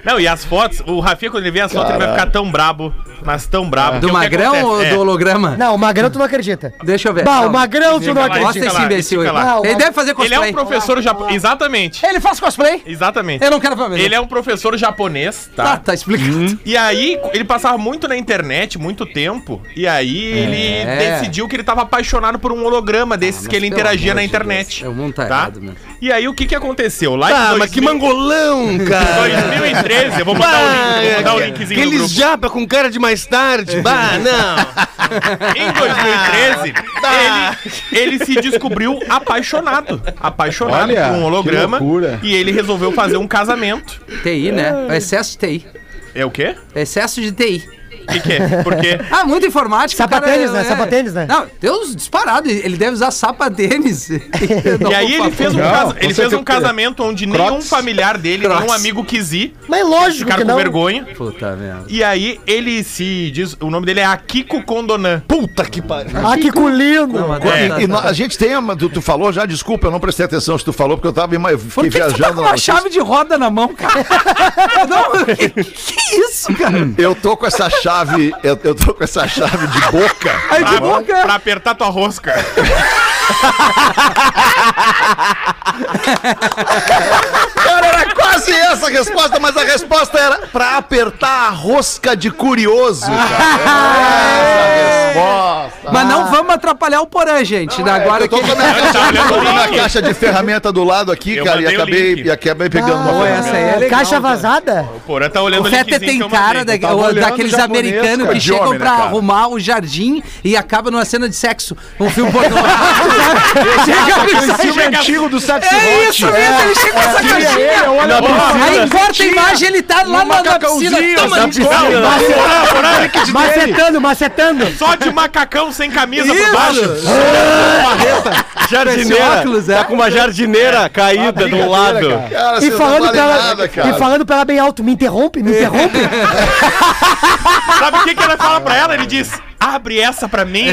Speaker 7: Não, e as fotos, o Rafinha, quando ele vê as fotos, ele vai ficar tão brabo, mas tão brabo.
Speaker 4: Do
Speaker 7: Porque o que
Speaker 4: magrão
Speaker 7: acontece-
Speaker 4: ou
Speaker 7: é,
Speaker 4: do holograma?
Speaker 8: Não, o Magrão tu não acredita.
Speaker 4: Deixa eu ver.
Speaker 8: Bah,
Speaker 4: Não.
Speaker 8: o Magrão tu não
Speaker 7: lá,
Speaker 8: acredita.
Speaker 4: Gosta
Speaker 7: estica
Speaker 4: desse
Speaker 7: lá,
Speaker 4: imbecil aí.
Speaker 7: estica lá.
Speaker 4: Não, Ele deve fazer
Speaker 7: Ele é
Speaker 4: cosplay.
Speaker 7: um professor japonês. Exatamente.
Speaker 4: Ele faz cosplay?
Speaker 7: Exatamente.
Speaker 4: Eu não quero ver.
Speaker 7: Ele é um professor japonês, tá?
Speaker 4: Tá, tá explicado.
Speaker 7: E aí, ele passava muito na internet, muito tempo. E aí, ele decidiu que ele tava apaixonado por um holograma desses que ele
Speaker 4: Ah, pelo
Speaker 7: interagia
Speaker 4: amor
Speaker 7: na
Speaker 4: de
Speaker 7: internet.
Speaker 4: Deus, o mundo tá errado mesmo.
Speaker 7: E aí, o que que aconteceu? Lá
Speaker 10: Tá,
Speaker 9: Ah,
Speaker 7: em
Speaker 9: mas que
Speaker 7: 2000
Speaker 9: mangolão, cara.
Speaker 7: 2013, eu vou botar um, o link, vou botar o
Speaker 10: é,
Speaker 7: linkzinho no
Speaker 9: Aqueles
Speaker 7: grupo.
Speaker 9: japa com cara de mais tarde. Bah, não.
Speaker 7: Em 2013, ele, ele se descobriu apaixonado. Apaixonado
Speaker 6: Olha,
Speaker 7: por um holograma.
Speaker 6: que loucura.
Speaker 7: E ele resolveu fazer um casamento.
Speaker 4: TI, né? É excesso de TI.
Speaker 7: É o quê?
Speaker 4: É excesso de TI.
Speaker 7: O que, que é? Porque.
Speaker 4: Ah, muito informática. o
Speaker 8: Sapatênis, né? Sapatênis, né?
Speaker 4: é. Não, Deus disparado. Ele deve usar sapatênis.
Speaker 7: E aí ele fez um,
Speaker 6: Não,
Speaker 7: casa-
Speaker 6: com
Speaker 7: ele fez um
Speaker 6: certeza.
Speaker 7: casamento onde nenhum
Speaker 6: Crocs.
Speaker 7: familiar dele, nenhum
Speaker 4: Crocs.
Speaker 7: amigo quis ir,
Speaker 8: Mas lógico que
Speaker 7: ficaram com
Speaker 8: não.
Speaker 7: vergonha.
Speaker 4: Puta merda.
Speaker 7: E aí ele se diz. O nome dele é Akiko Kondonan.
Speaker 5: Puta que pariu.
Speaker 8: Ah, que culino.
Speaker 7: É.
Speaker 5: E, e
Speaker 4: tá-
Speaker 5: nó- a gente tem, uma- tu, tu falou já, desculpa, eu não prestei atenção se tu falou, porque eu tava ima- eu
Speaker 4: Por
Speaker 5: fiquei
Speaker 4: que, que tu tá
Speaker 5: viajando.
Speaker 4: com
Speaker 5: na
Speaker 4: uma
Speaker 5: notícia.
Speaker 4: chave de roda na mão, cara? não, que, que isso, cara?
Speaker 5: Eu tô com essa chave, eu, eu tô com essa chave de boca.
Speaker 4: Aí de
Speaker 7: Pra,
Speaker 4: boca.
Speaker 7: pra apertar tua rosca.
Speaker 5: Cara, era quase essa a resposta, mas a resposta era pra apertar a rosca de curioso,
Speaker 4: É,
Speaker 5: cara. Era essa a resposta.
Speaker 4: Mas não vamos atrapalhar o porã, gente. né? agora
Speaker 5: Eu tô
Speaker 4: que
Speaker 5: com a minha
Speaker 7: Eu tava
Speaker 5: caixa,
Speaker 7: olhando
Speaker 5: eu tô com a
Speaker 7: o link.
Speaker 5: minha caixa de ferramenta do lado aqui,
Speaker 7: Eu
Speaker 5: cara, e
Speaker 7: mandei o
Speaker 5: acabei,
Speaker 7: link.
Speaker 5: e acabei pegando
Speaker 8: Ah,
Speaker 5: uma
Speaker 4: boa essa aí é legal,
Speaker 8: Caixa
Speaker 4: cara.
Speaker 8: vazada?
Speaker 7: O Porã tá olhando
Speaker 4: O Feta tem
Speaker 7: que eu
Speaker 4: cara
Speaker 7: mandei.
Speaker 4: da-
Speaker 6: tava
Speaker 4: o-
Speaker 6: olhando
Speaker 4: daqueles
Speaker 6: japonês,
Speaker 4: americanos
Speaker 5: cara.
Speaker 4: que
Speaker 5: De
Speaker 4: chegam
Speaker 5: homem, né,
Speaker 4: pra
Speaker 5: cara?
Speaker 4: arrumar o jardim e acaba numa cena de sexo, um filme pornô. Chega pro
Speaker 6: Aquele filme
Speaker 4: Sacha-
Speaker 6: antigo do Sexy
Speaker 4: É
Speaker 6: Hot.
Speaker 4: isso mesmo, ele chega com
Speaker 6: é,
Speaker 4: essa caixinha.
Speaker 6: Olha
Speaker 4: Ó,
Speaker 6: pra
Speaker 4: Aí
Speaker 6: piscina.
Speaker 4: corta a imagem, ele tá lá na, na piscina. Toma,
Speaker 6: na
Speaker 4: gente,
Speaker 6: piscina.
Speaker 8: Macetando, macetando.
Speaker 7: Só de macacão sem camisa por
Speaker 4: Isso.
Speaker 7: baixo.
Speaker 10: Jardineira.
Speaker 4: óculos, é.
Speaker 10: Tá com uma
Speaker 7: É.
Speaker 10: jardineira caída de um lado.
Speaker 5: Cara,
Speaker 8: E
Speaker 5: vocês não
Speaker 8: falando,
Speaker 5: valem
Speaker 8: pra ela,
Speaker 5: nada, cara.
Speaker 8: e falando pra ela bem alto, me interrompe, me interrompe.
Speaker 7: Sabe o que, que ela fala pra ela? Ele diz: abre essa pra mim.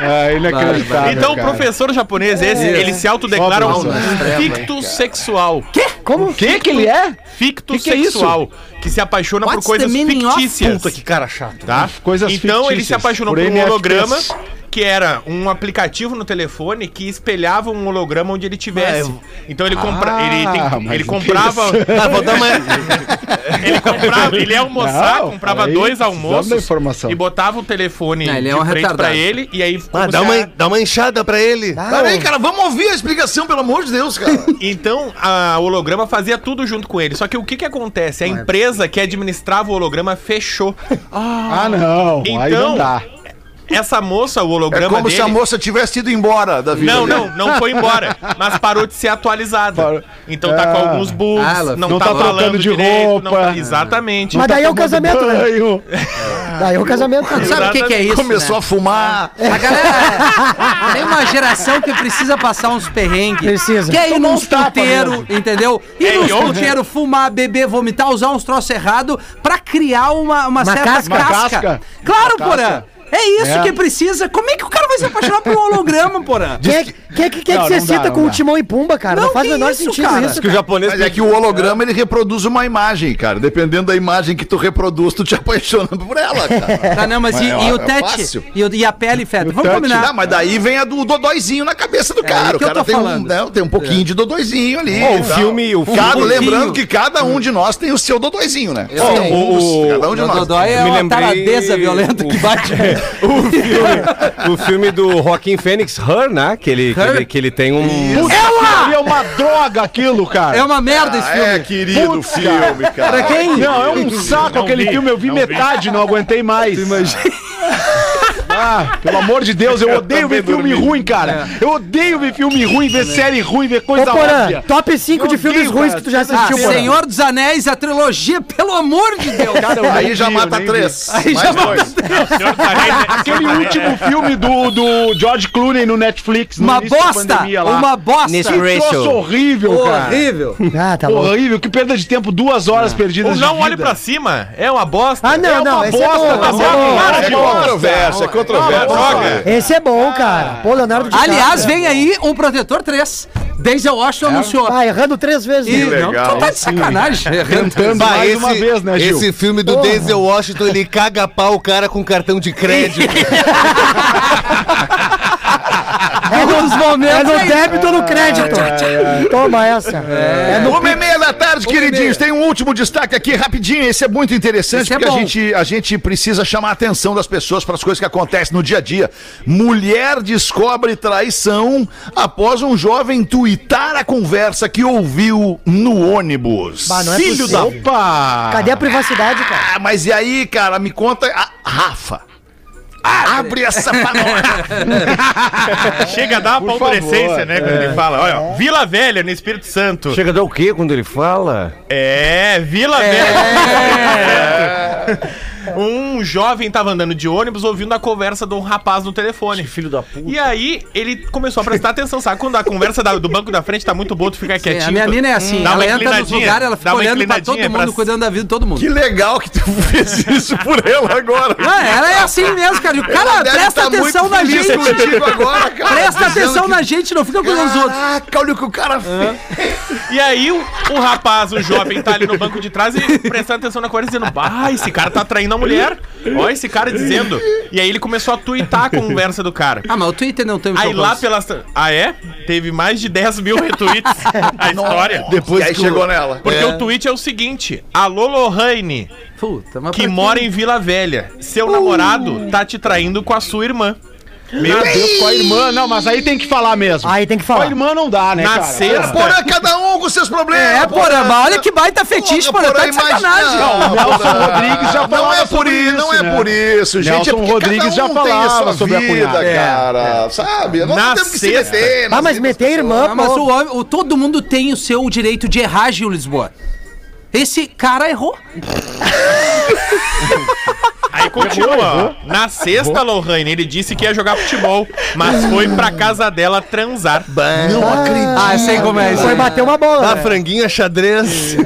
Speaker 6: Ah, inacreditável.
Speaker 7: então, o
Speaker 6: cara.
Speaker 7: professor japonês, esse, ele se autodeclara
Speaker 6: Só
Speaker 7: um
Speaker 6: professor.
Speaker 7: ficto sexual.
Speaker 8: Como?
Speaker 6: Que que ele é?
Speaker 7: Ficto
Speaker 6: Que que é isso?
Speaker 7: sexual. que se apaixona por coisas fictícias.
Speaker 10: Puta, que cara chato.
Speaker 7: tá?
Speaker 6: Coisas
Speaker 7: então ele
Speaker 6: fictícias,
Speaker 7: se apaixonou
Speaker 6: por
Speaker 7: por, um
Speaker 6: NFTs.
Speaker 7: holograma que era um aplicativo no telefone que espelhava um holograma onde ele tivesse. Então ele compra,
Speaker 6: Ah,
Speaker 7: ele, tem-
Speaker 6: mas
Speaker 7: ele
Speaker 6: que
Speaker 7: comprava,
Speaker 9: Ah, vou dar uma...
Speaker 7: ele comprava, ele ia almoçar,
Speaker 6: Não,
Speaker 7: comprava
Speaker 6: aí
Speaker 7: dois
Speaker 6: precisamos
Speaker 7: almoços
Speaker 6: da informação.
Speaker 7: e botava o telefone
Speaker 4: Ah, ele é
Speaker 7: de
Speaker 4: um
Speaker 7: frente pra
Speaker 4: retardado.
Speaker 7: ele e aí
Speaker 9: Ah,
Speaker 7: como
Speaker 9: dá
Speaker 7: se
Speaker 9: uma,
Speaker 7: a-
Speaker 9: dá uma enxada pra ele.
Speaker 4: Tá
Speaker 5: Peraí, cara, vamos ouvir a explicação, pelo amor de Deus, cara.
Speaker 7: Então, a holograma fazia tudo junto com ele. Só que o que que acontece? A empresa que administrava o holograma fechou.
Speaker 6: Ah, não. Aí não
Speaker 7: Então,
Speaker 6: dá.
Speaker 7: Essa moça, o
Speaker 5: É
Speaker 7: holograma
Speaker 5: como
Speaker 7: dele...
Speaker 5: se a moça tivesse ido embora da vida.
Speaker 7: Não,
Speaker 5: dele.
Speaker 7: não, não foi embora, mas parou de ser atualizada.
Speaker 6: Parou.
Speaker 7: Então tá com
Speaker 6: Ah.
Speaker 7: alguns bugs,
Speaker 4: Ah, ela
Speaker 7: não,
Speaker 6: não
Speaker 7: tá,
Speaker 6: tá trocando
Speaker 7: falando
Speaker 6: de
Speaker 7: direito, não tá-
Speaker 6: roupa.
Speaker 7: exatamente.
Speaker 8: Mas daí é o casamento, né?
Speaker 6: Banho.
Speaker 8: Daí é o casamento.
Speaker 4: Sabe o que, que é isso?
Speaker 5: Começou
Speaker 4: né?
Speaker 5: a fumar.
Speaker 4: A galera é, tem uma geração que precisa passar uns perrengues.
Speaker 8: Precisa.
Speaker 4: Quer ir
Speaker 6: Tomar
Speaker 4: num
Speaker 6: uns tapa
Speaker 4: puteiro, entendeu? Ir
Speaker 7: É,
Speaker 4: nos
Speaker 7: e onde?
Speaker 4: puteiros, fumar, beber, vomitar, usar uns troços errados pra criar uma, uma, certa casca.
Speaker 8: casca.
Speaker 6: Uma casca.
Speaker 4: Claro,
Speaker 6: Uma casca.
Speaker 4: Porã. É isso
Speaker 6: É.
Speaker 4: que precisa. Como é que o cara vai se apaixonar por um holograma, Porã?
Speaker 8: Quem é que, quem é que, quem é que
Speaker 6: Não,
Speaker 8: você
Speaker 6: não dá,
Speaker 8: cita
Speaker 6: não
Speaker 8: com o
Speaker 6: dá.
Speaker 8: Timão e Pumba, cara? Não,
Speaker 4: Não,
Speaker 8: faz o
Speaker 4: que
Speaker 8: menor
Speaker 4: isso,
Speaker 8: sentido
Speaker 4: cara?
Speaker 8: isso.
Speaker 10: Que o japonês
Speaker 5: Mas é que o holograma ele reproduz uma imagem, cara. Dependendo da imagem que tu reproduz, tu te apaixona por ela, cara.
Speaker 4: Tá, não, mas
Speaker 5: Mas
Speaker 4: e,
Speaker 5: é-
Speaker 4: e o
Speaker 5: é
Speaker 4: tete?
Speaker 5: fácil.
Speaker 4: E, o- e a pele, Feta? Vamos
Speaker 6: touch.
Speaker 5: Ah,
Speaker 4: combinar.
Speaker 5: mas daí vem a do dodóizinho na cabeça do
Speaker 4: é
Speaker 5: cara. o
Speaker 4: que eu
Speaker 5: cara
Speaker 4: tô
Speaker 5: tem um,
Speaker 4: falando.
Speaker 5: né, tem um pouquinho de dodóizinho ali.
Speaker 10: Ó, o
Speaker 5: e tal.
Speaker 10: filme- o
Speaker 5: Cada-
Speaker 4: filme-
Speaker 5: lembrando que cada um de nós tem o seu dodóizinho, né?
Speaker 4: Eu
Speaker 5: Cada
Speaker 4: tenho.
Speaker 5: um, dos- cada um de
Speaker 4: O
Speaker 5: nós.
Speaker 4: Dodói é
Speaker 10: Me
Speaker 4: uma
Speaker 10: lembrei-
Speaker 4: taradeza violenta que bate.
Speaker 10: O filme, o filme do Joaquim Fênix, Her, né? Que ele, que
Speaker 4: Her.
Speaker 10: ele, que ele tem um.
Speaker 6: Ela! É uma droga aquilo, cara.
Speaker 4: É uma merda esse
Speaker 5: Ah,
Speaker 4: filme.
Speaker 5: é, querido
Speaker 6: Putz,
Speaker 5: filme, cara.
Speaker 4: Pra quem?
Speaker 6: Não, é um saco aquele filme. Eu vi metade, não aguentei mais. Ah, pelo amor de Deus, eu odeio ver filme ruim, cara. Eu odeio ver filme ruim, ver série ruim, ver
Speaker 8: Ô,
Speaker 6: coisa
Speaker 8: Porã,
Speaker 6: óbvia.
Speaker 8: top 5 de filmes
Speaker 6: odeio,
Speaker 8: ruins
Speaker 6: cara.
Speaker 8: que tu já
Speaker 4: Ah,
Speaker 8: assistiu, Porã.
Speaker 4: Senhor dos Anéis, a trilogia, pelo amor de Deus.
Speaker 6: Cara,
Speaker 5: Aí já mata
Speaker 6: três.
Speaker 5: três. Aí já mata
Speaker 7: Senhor dos Anéis, né?
Speaker 6: Aquele último filme do, do George Clooney no Netflix. No
Speaker 4: Uma
Speaker 6: início da
Speaker 4: bosta!
Speaker 6: pandemia lá.
Speaker 4: Uma bosta!
Speaker 10: Nesse
Speaker 6: Que troço horrível, cara.
Speaker 4: Horrível!
Speaker 8: Ah, tá bom.
Speaker 6: Horrível, que perda de tempo, duas horas
Speaker 7: O
Speaker 6: perdidas de
Speaker 7: não
Speaker 6: vida.
Speaker 7: olhe pra cima, é uma bosta.
Speaker 8: Ah, não,
Speaker 6: É
Speaker 8: não,
Speaker 6: uma
Speaker 8: esse
Speaker 6: bosta,
Speaker 8: é bom.
Speaker 6: tá
Speaker 8: esse é
Speaker 6: certo?
Speaker 8: bom.
Speaker 6: Cara,
Speaker 5: É
Speaker 6: de bosta.
Speaker 5: controverso, é
Speaker 7: É
Speaker 5: controverso.
Speaker 7: uma droga.
Speaker 8: Esse é bom, cara. Pô, Leonardo DiCaprio.
Speaker 4: Ah, Aliás, vem aí um Protetor 3. Denzel Washington anunciou.
Speaker 8: Ah, errando três vezes.
Speaker 4: E
Speaker 8: né?
Speaker 4: não, tu tá de sacanagem.
Speaker 6: Cantando
Speaker 9: Bah,
Speaker 6: Então, mais
Speaker 9: esse,
Speaker 6: uma vez, né, Gil?
Speaker 9: esse filme do Denzel Washington, ele caga a pau o cara com cartão de crédito.
Speaker 8: É no, é no débito ou no crédito?
Speaker 4: É,
Speaker 8: Toma essa. É no
Speaker 5: Uma e meia da tarde, queridinhos. Tem um último destaque aqui, rapidinho. Esse é muito interessante,
Speaker 4: Esse é
Speaker 5: porque a,
Speaker 4: bom.
Speaker 5: gente, a gente precisa chamar a atenção das pessoas para as coisas que acontecem no dia a dia. Mulher descobre traição após um jovem tuitar a conversa que ouviu no ônibus.
Speaker 8: Bah, não é
Speaker 5: Filho
Speaker 8: possível.
Speaker 5: da...
Speaker 6: Opa!
Speaker 8: Cadê a privacidade, cara?
Speaker 5: Ah, mas e aí, cara, me conta... Ah, Rafa, abre essa panorama.
Speaker 7: Chega a dar uma
Speaker 6: Por
Speaker 7: palmorecência,
Speaker 6: favor.
Speaker 7: né? Quando ele fala, olha, Vila Velha, no Espírito Santo.
Speaker 10: Chega a dar o quê quando ele fala?
Speaker 7: É, Vila Velha. Um jovem tava andando de ônibus ouvindo a conversa de um rapaz no telefone. filho da puta. E aí ele começou a prestar atenção, sabe? Quando a conversa da- do banco da frente tá muito boa, tu fica
Speaker 4: É,
Speaker 7: quietinho.
Speaker 4: a minha
Speaker 7: tu-
Speaker 4: mina é assim,
Speaker 7: dá
Speaker 4: ela
Speaker 7: uma
Speaker 4: entra nos
Speaker 7: inclinadinha,
Speaker 4: lugares, ela
Speaker 7: dá
Speaker 4: fica
Speaker 7: uma
Speaker 4: olhando pra todo
Speaker 7: inclinadinha
Speaker 4: mundo,
Speaker 7: pra-
Speaker 4: cuidando da vida de todo mundo.
Speaker 5: que legal que tu fez isso por ela agora.
Speaker 4: Ah, ela é assim mesmo, cara. E O cara
Speaker 5: deve
Speaker 4: presta
Speaker 5: tá
Speaker 4: atenção
Speaker 5: muito
Speaker 4: na
Speaker 5: feliz
Speaker 4: gente.
Speaker 5: contigo agora, cara,
Speaker 4: presta
Speaker 5: dizendo
Speaker 4: atenção
Speaker 5: que- Ah.
Speaker 4: na gente, não fica cuidando dos outros.
Speaker 5: Caraca, olha o que o cara fez.
Speaker 7: E aí o, o rapaz, o jovem, tá ali no banco de trás e prestando atenção na conversa, dizendo: Bah, esse cara tá traindo a mulher. Ó, esse cara dizendo. E aí ele começou a tuitar a conversa do cara.
Speaker 4: Ah, mas o Twitter não tem assim. o
Speaker 6: Então
Speaker 7: Aí lá pelas. Ah, é? Teve mais de 10 mil retweets a história.
Speaker 5: e aí chegou nela.
Speaker 7: Porque o tweet é o seguinte: Alô Lohane,
Speaker 4: Puta, mas
Speaker 7: que
Speaker 4: pra quê?
Speaker 7: mora em Vila Velha, seu namorado tá te traindo com a sua irmã.
Speaker 6: Uh. Meu Deus, com a irmã. Não, mas aí tem que falar mesmo.
Speaker 8: Aí tem que
Speaker 6: Com
Speaker 8: falar.
Speaker 6: a irmã não dá, né,
Speaker 7: Na
Speaker 6: cara?
Speaker 7: sexta.
Speaker 5: Porã, cada um com seus problemas.
Speaker 4: É, porra, mas olha que baita fetiche, porra, tá de
Speaker 5: imagina-
Speaker 4: sacanagem.
Speaker 6: Não, o Nelson
Speaker 5: Porã,
Speaker 6: Rodrigues já
Speaker 5: não é
Speaker 6: falava
Speaker 5: por
Speaker 6: sobre
Speaker 5: isso, não
Speaker 6: isso,
Speaker 5: é
Speaker 6: né?
Speaker 5: por isso, gente.
Speaker 6: Nelson
Speaker 5: é porque
Speaker 6: Rodrigues
Speaker 5: cada
Speaker 6: já
Speaker 5: um
Speaker 6: falava
Speaker 5: tem a sua
Speaker 6: sobre a
Speaker 5: vida,
Speaker 6: cunhada. É,
Speaker 5: cara. Sabe? Nós
Speaker 7: Na
Speaker 5: não temos que se
Speaker 7: sexta.
Speaker 5: meter.
Speaker 8: Ah, mas meter a irmã,
Speaker 4: Ah, mas o
Speaker 8: pô.
Speaker 4: homem, o- todo mundo tem o seu direito de errar, Gil Lisboa. Esse cara errou.
Speaker 7: Aí continua. ó. Na sexta, Lohane, ele disse que ia jogar futebol, mas foi pra casa dela transar.
Speaker 9: Não acredito.
Speaker 4: Ah, sei como é isso.
Speaker 8: Foi bater uma bola.
Speaker 9: Ah,
Speaker 8: né?
Speaker 9: franguinha, xadrez.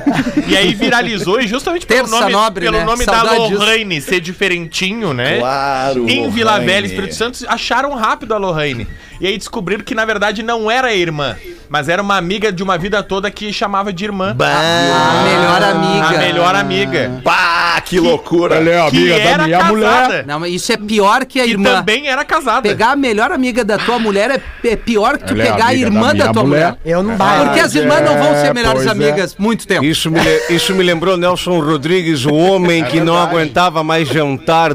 Speaker 7: E aí viralizou, e justamente pelo
Speaker 4: Terça
Speaker 7: nome,
Speaker 4: nobre,
Speaker 7: pelo
Speaker 4: né?
Speaker 7: nome da
Speaker 4: Saudade disso.
Speaker 7: Lohane ser diferentinho, né?
Speaker 5: Claro,
Speaker 7: Em Vila
Speaker 5: Lohane.
Speaker 7: Velha, Espírito Santo, acharam rápido a Lohane. E aí descobriram que, na verdade, não era a irmã, mas era uma amiga de uma vida toda que chamava de irmã.
Speaker 4: A melhor amiga.
Speaker 7: Ah, A melhor amiga.
Speaker 5: Ah, Pá, que loucura.
Speaker 6: Ela é amiga
Speaker 7: que
Speaker 6: da
Speaker 7: era
Speaker 6: minha
Speaker 7: casada.
Speaker 6: mulher.
Speaker 4: Não, mas isso é pior que a
Speaker 7: Que
Speaker 4: irmã.
Speaker 7: também era casada.
Speaker 4: Pegar a melhor amiga da tua mulher é, é pior que tu
Speaker 6: Ela é
Speaker 4: pegar a
Speaker 6: amiga
Speaker 4: irmã
Speaker 6: da
Speaker 4: da,
Speaker 6: minha
Speaker 4: tua mulher.
Speaker 6: mulher. Ah, é.
Speaker 8: Eu não bato.
Speaker 4: Porque as irmãs não vão ser melhores
Speaker 6: pois é.
Speaker 4: amigas muito tempo.
Speaker 10: Isso me, le- isso me lembrou Nelson Rodrigues, o
Speaker 9: É
Speaker 10: homem que não aguentava mais jantar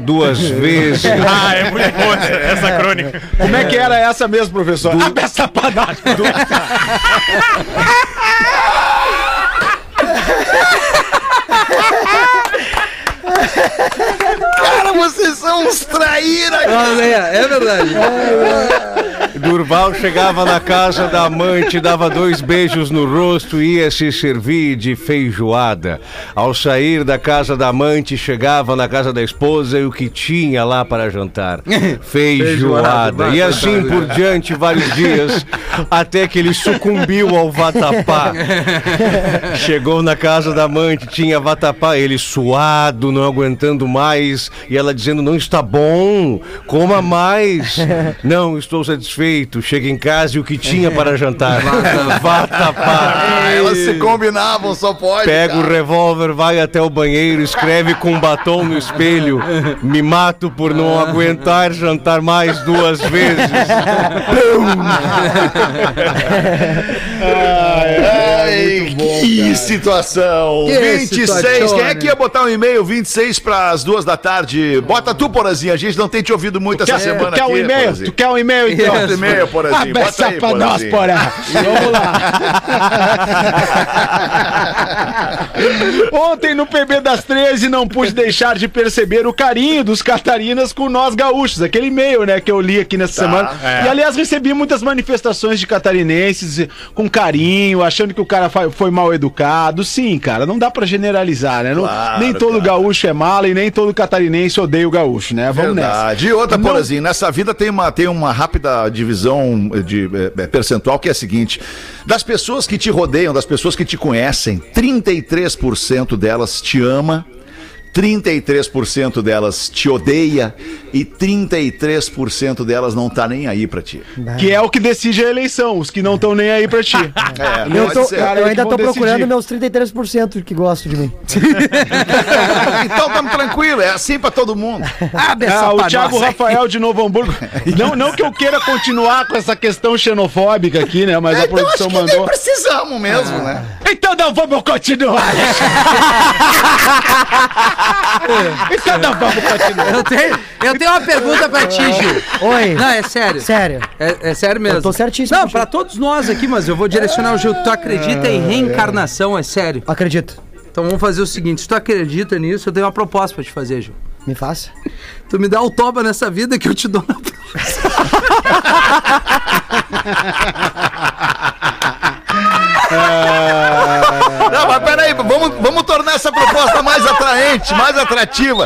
Speaker 10: duas vezes.
Speaker 7: Ah, é muito boa essa, essa crônica.
Speaker 6: Como é que era essa mesmo, professor? A peça panada.
Speaker 5: Cara, vocês são uns traíra,
Speaker 4: É verdade.
Speaker 10: Durval chegava na casa da amante, dava dois beijos no rosto e ia se servir de feijoada. Ao sair da casa da amante, chegava na casa da esposa e o que tinha lá para jantar? Feijoada. E assim por diante, vários dias, até que ele sucumbiu ao vatapá. Chegou na casa da amante, tinha vatapá, ele suado, não aguentando mais, e ela dizendo: Não está bom, coma mais. Não, estou satisfeito. Chega em casa e o que tinha para jantar?
Speaker 5: Ah,
Speaker 10: Vatapá.
Speaker 5: Elas se combinavam, só pode.
Speaker 10: Pega o
Speaker 5: cara.
Speaker 10: revólver, vai até o banheiro, escreve com um batom no espelho. Me mato por não
Speaker 5: Ah.
Speaker 10: aguentar jantar mais duas vezes.
Speaker 5: Ai, que situação!
Speaker 4: Que
Speaker 5: 26,
Speaker 4: situação,
Speaker 5: quem é
Speaker 4: né?
Speaker 5: que ia botar um e-mail 26 para as duas da tarde? Bota tu, Porazinho, a gente não tem te ouvido muito essa semana
Speaker 6: quer um
Speaker 5: aqui,
Speaker 6: e-mail?
Speaker 5: Porazinho.
Speaker 6: Tu quer um e-mail, então?
Speaker 5: Bota um e-mail, Porazinho, bota
Speaker 6: Peça
Speaker 5: aí,
Speaker 6: pra nós,
Speaker 5: Porazinho.
Speaker 6: porra. Vamos lá. Ontem no PB das 13 não pude deixar de perceber o carinho dos catarinas com nós gaúchos. Aquele e-mail, né, que eu li aqui
Speaker 5: Tá.
Speaker 6: nessa semana.
Speaker 5: É.
Speaker 6: E aliás, recebi muitas manifestações de catarinenses eh, com carinho, achando que o cara fa- foi mal educado. Sim, cara, não dá pra generalizar, né? Não-
Speaker 5: Claro,
Speaker 6: nem todo
Speaker 5: cara.
Speaker 6: gaúcho é mala e nem todo catarinense odeia o gaúcho, né? Vamos nessa.
Speaker 5: Verdade. E outra,
Speaker 6: Não-
Speaker 5: Porazinho, nessa vida tem uma, tem uma rápida divisão eh, de, eh, percentual que é a seguinte: das pessoas que te rodeiam, das pessoas que te conhecem, 33% delas te ama. 33% delas te odeia e 33% delas não tá nem aí pra ti.
Speaker 6: Que é o que decide a eleição, os que não estão nem aí pra ti.
Speaker 5: É,
Speaker 8: Eu,
Speaker 5: pode
Speaker 8: tô-
Speaker 5: ser.
Speaker 6: cara,
Speaker 8: eu
Speaker 6: é
Speaker 8: ainda
Speaker 6: que vão
Speaker 8: tô
Speaker 6: decidir.
Speaker 8: procurando meus 33% que gostam de mim.
Speaker 5: Então tamo tranquilo, é assim pra todo mundo.
Speaker 4: Abre essa
Speaker 6: Ah, o
Speaker 4: panossa
Speaker 6: Thiago
Speaker 4: aí.
Speaker 6: Rafael de Novo Hamburgo. Não, não que eu queira continuar com essa questão xenofóbica aqui, né? Mas a produção
Speaker 5: Então, nem
Speaker 6: mandou.
Speaker 5: precisamos mesmo, né?
Speaker 6: Então não vamos continuar. então não vamos continuar.
Speaker 4: Eu tenho, eu tenho uma pergunta pra ti, Gil.
Speaker 8: Oi.
Speaker 4: Não, é sério.
Speaker 8: Sério.
Speaker 4: É, é sério mesmo.
Speaker 8: Eu tô certíssimo,
Speaker 4: Não,
Speaker 8: Gil.
Speaker 4: pra todos nós aqui, mas eu vou direcionar o Gil. Tu acredita em reencarnação? É sério.
Speaker 8: Acredito.
Speaker 4: Então vamos fazer o seguinte: se tu acredita nisso, eu tenho uma proposta pra te fazer, Gil.
Speaker 8: Me faça.
Speaker 4: Tu me dá o toba nessa vida que eu te dou na próxima.
Speaker 5: Não, mas peraí, vamos, vamos tornar essa proposta mais atraente, mais atrativa.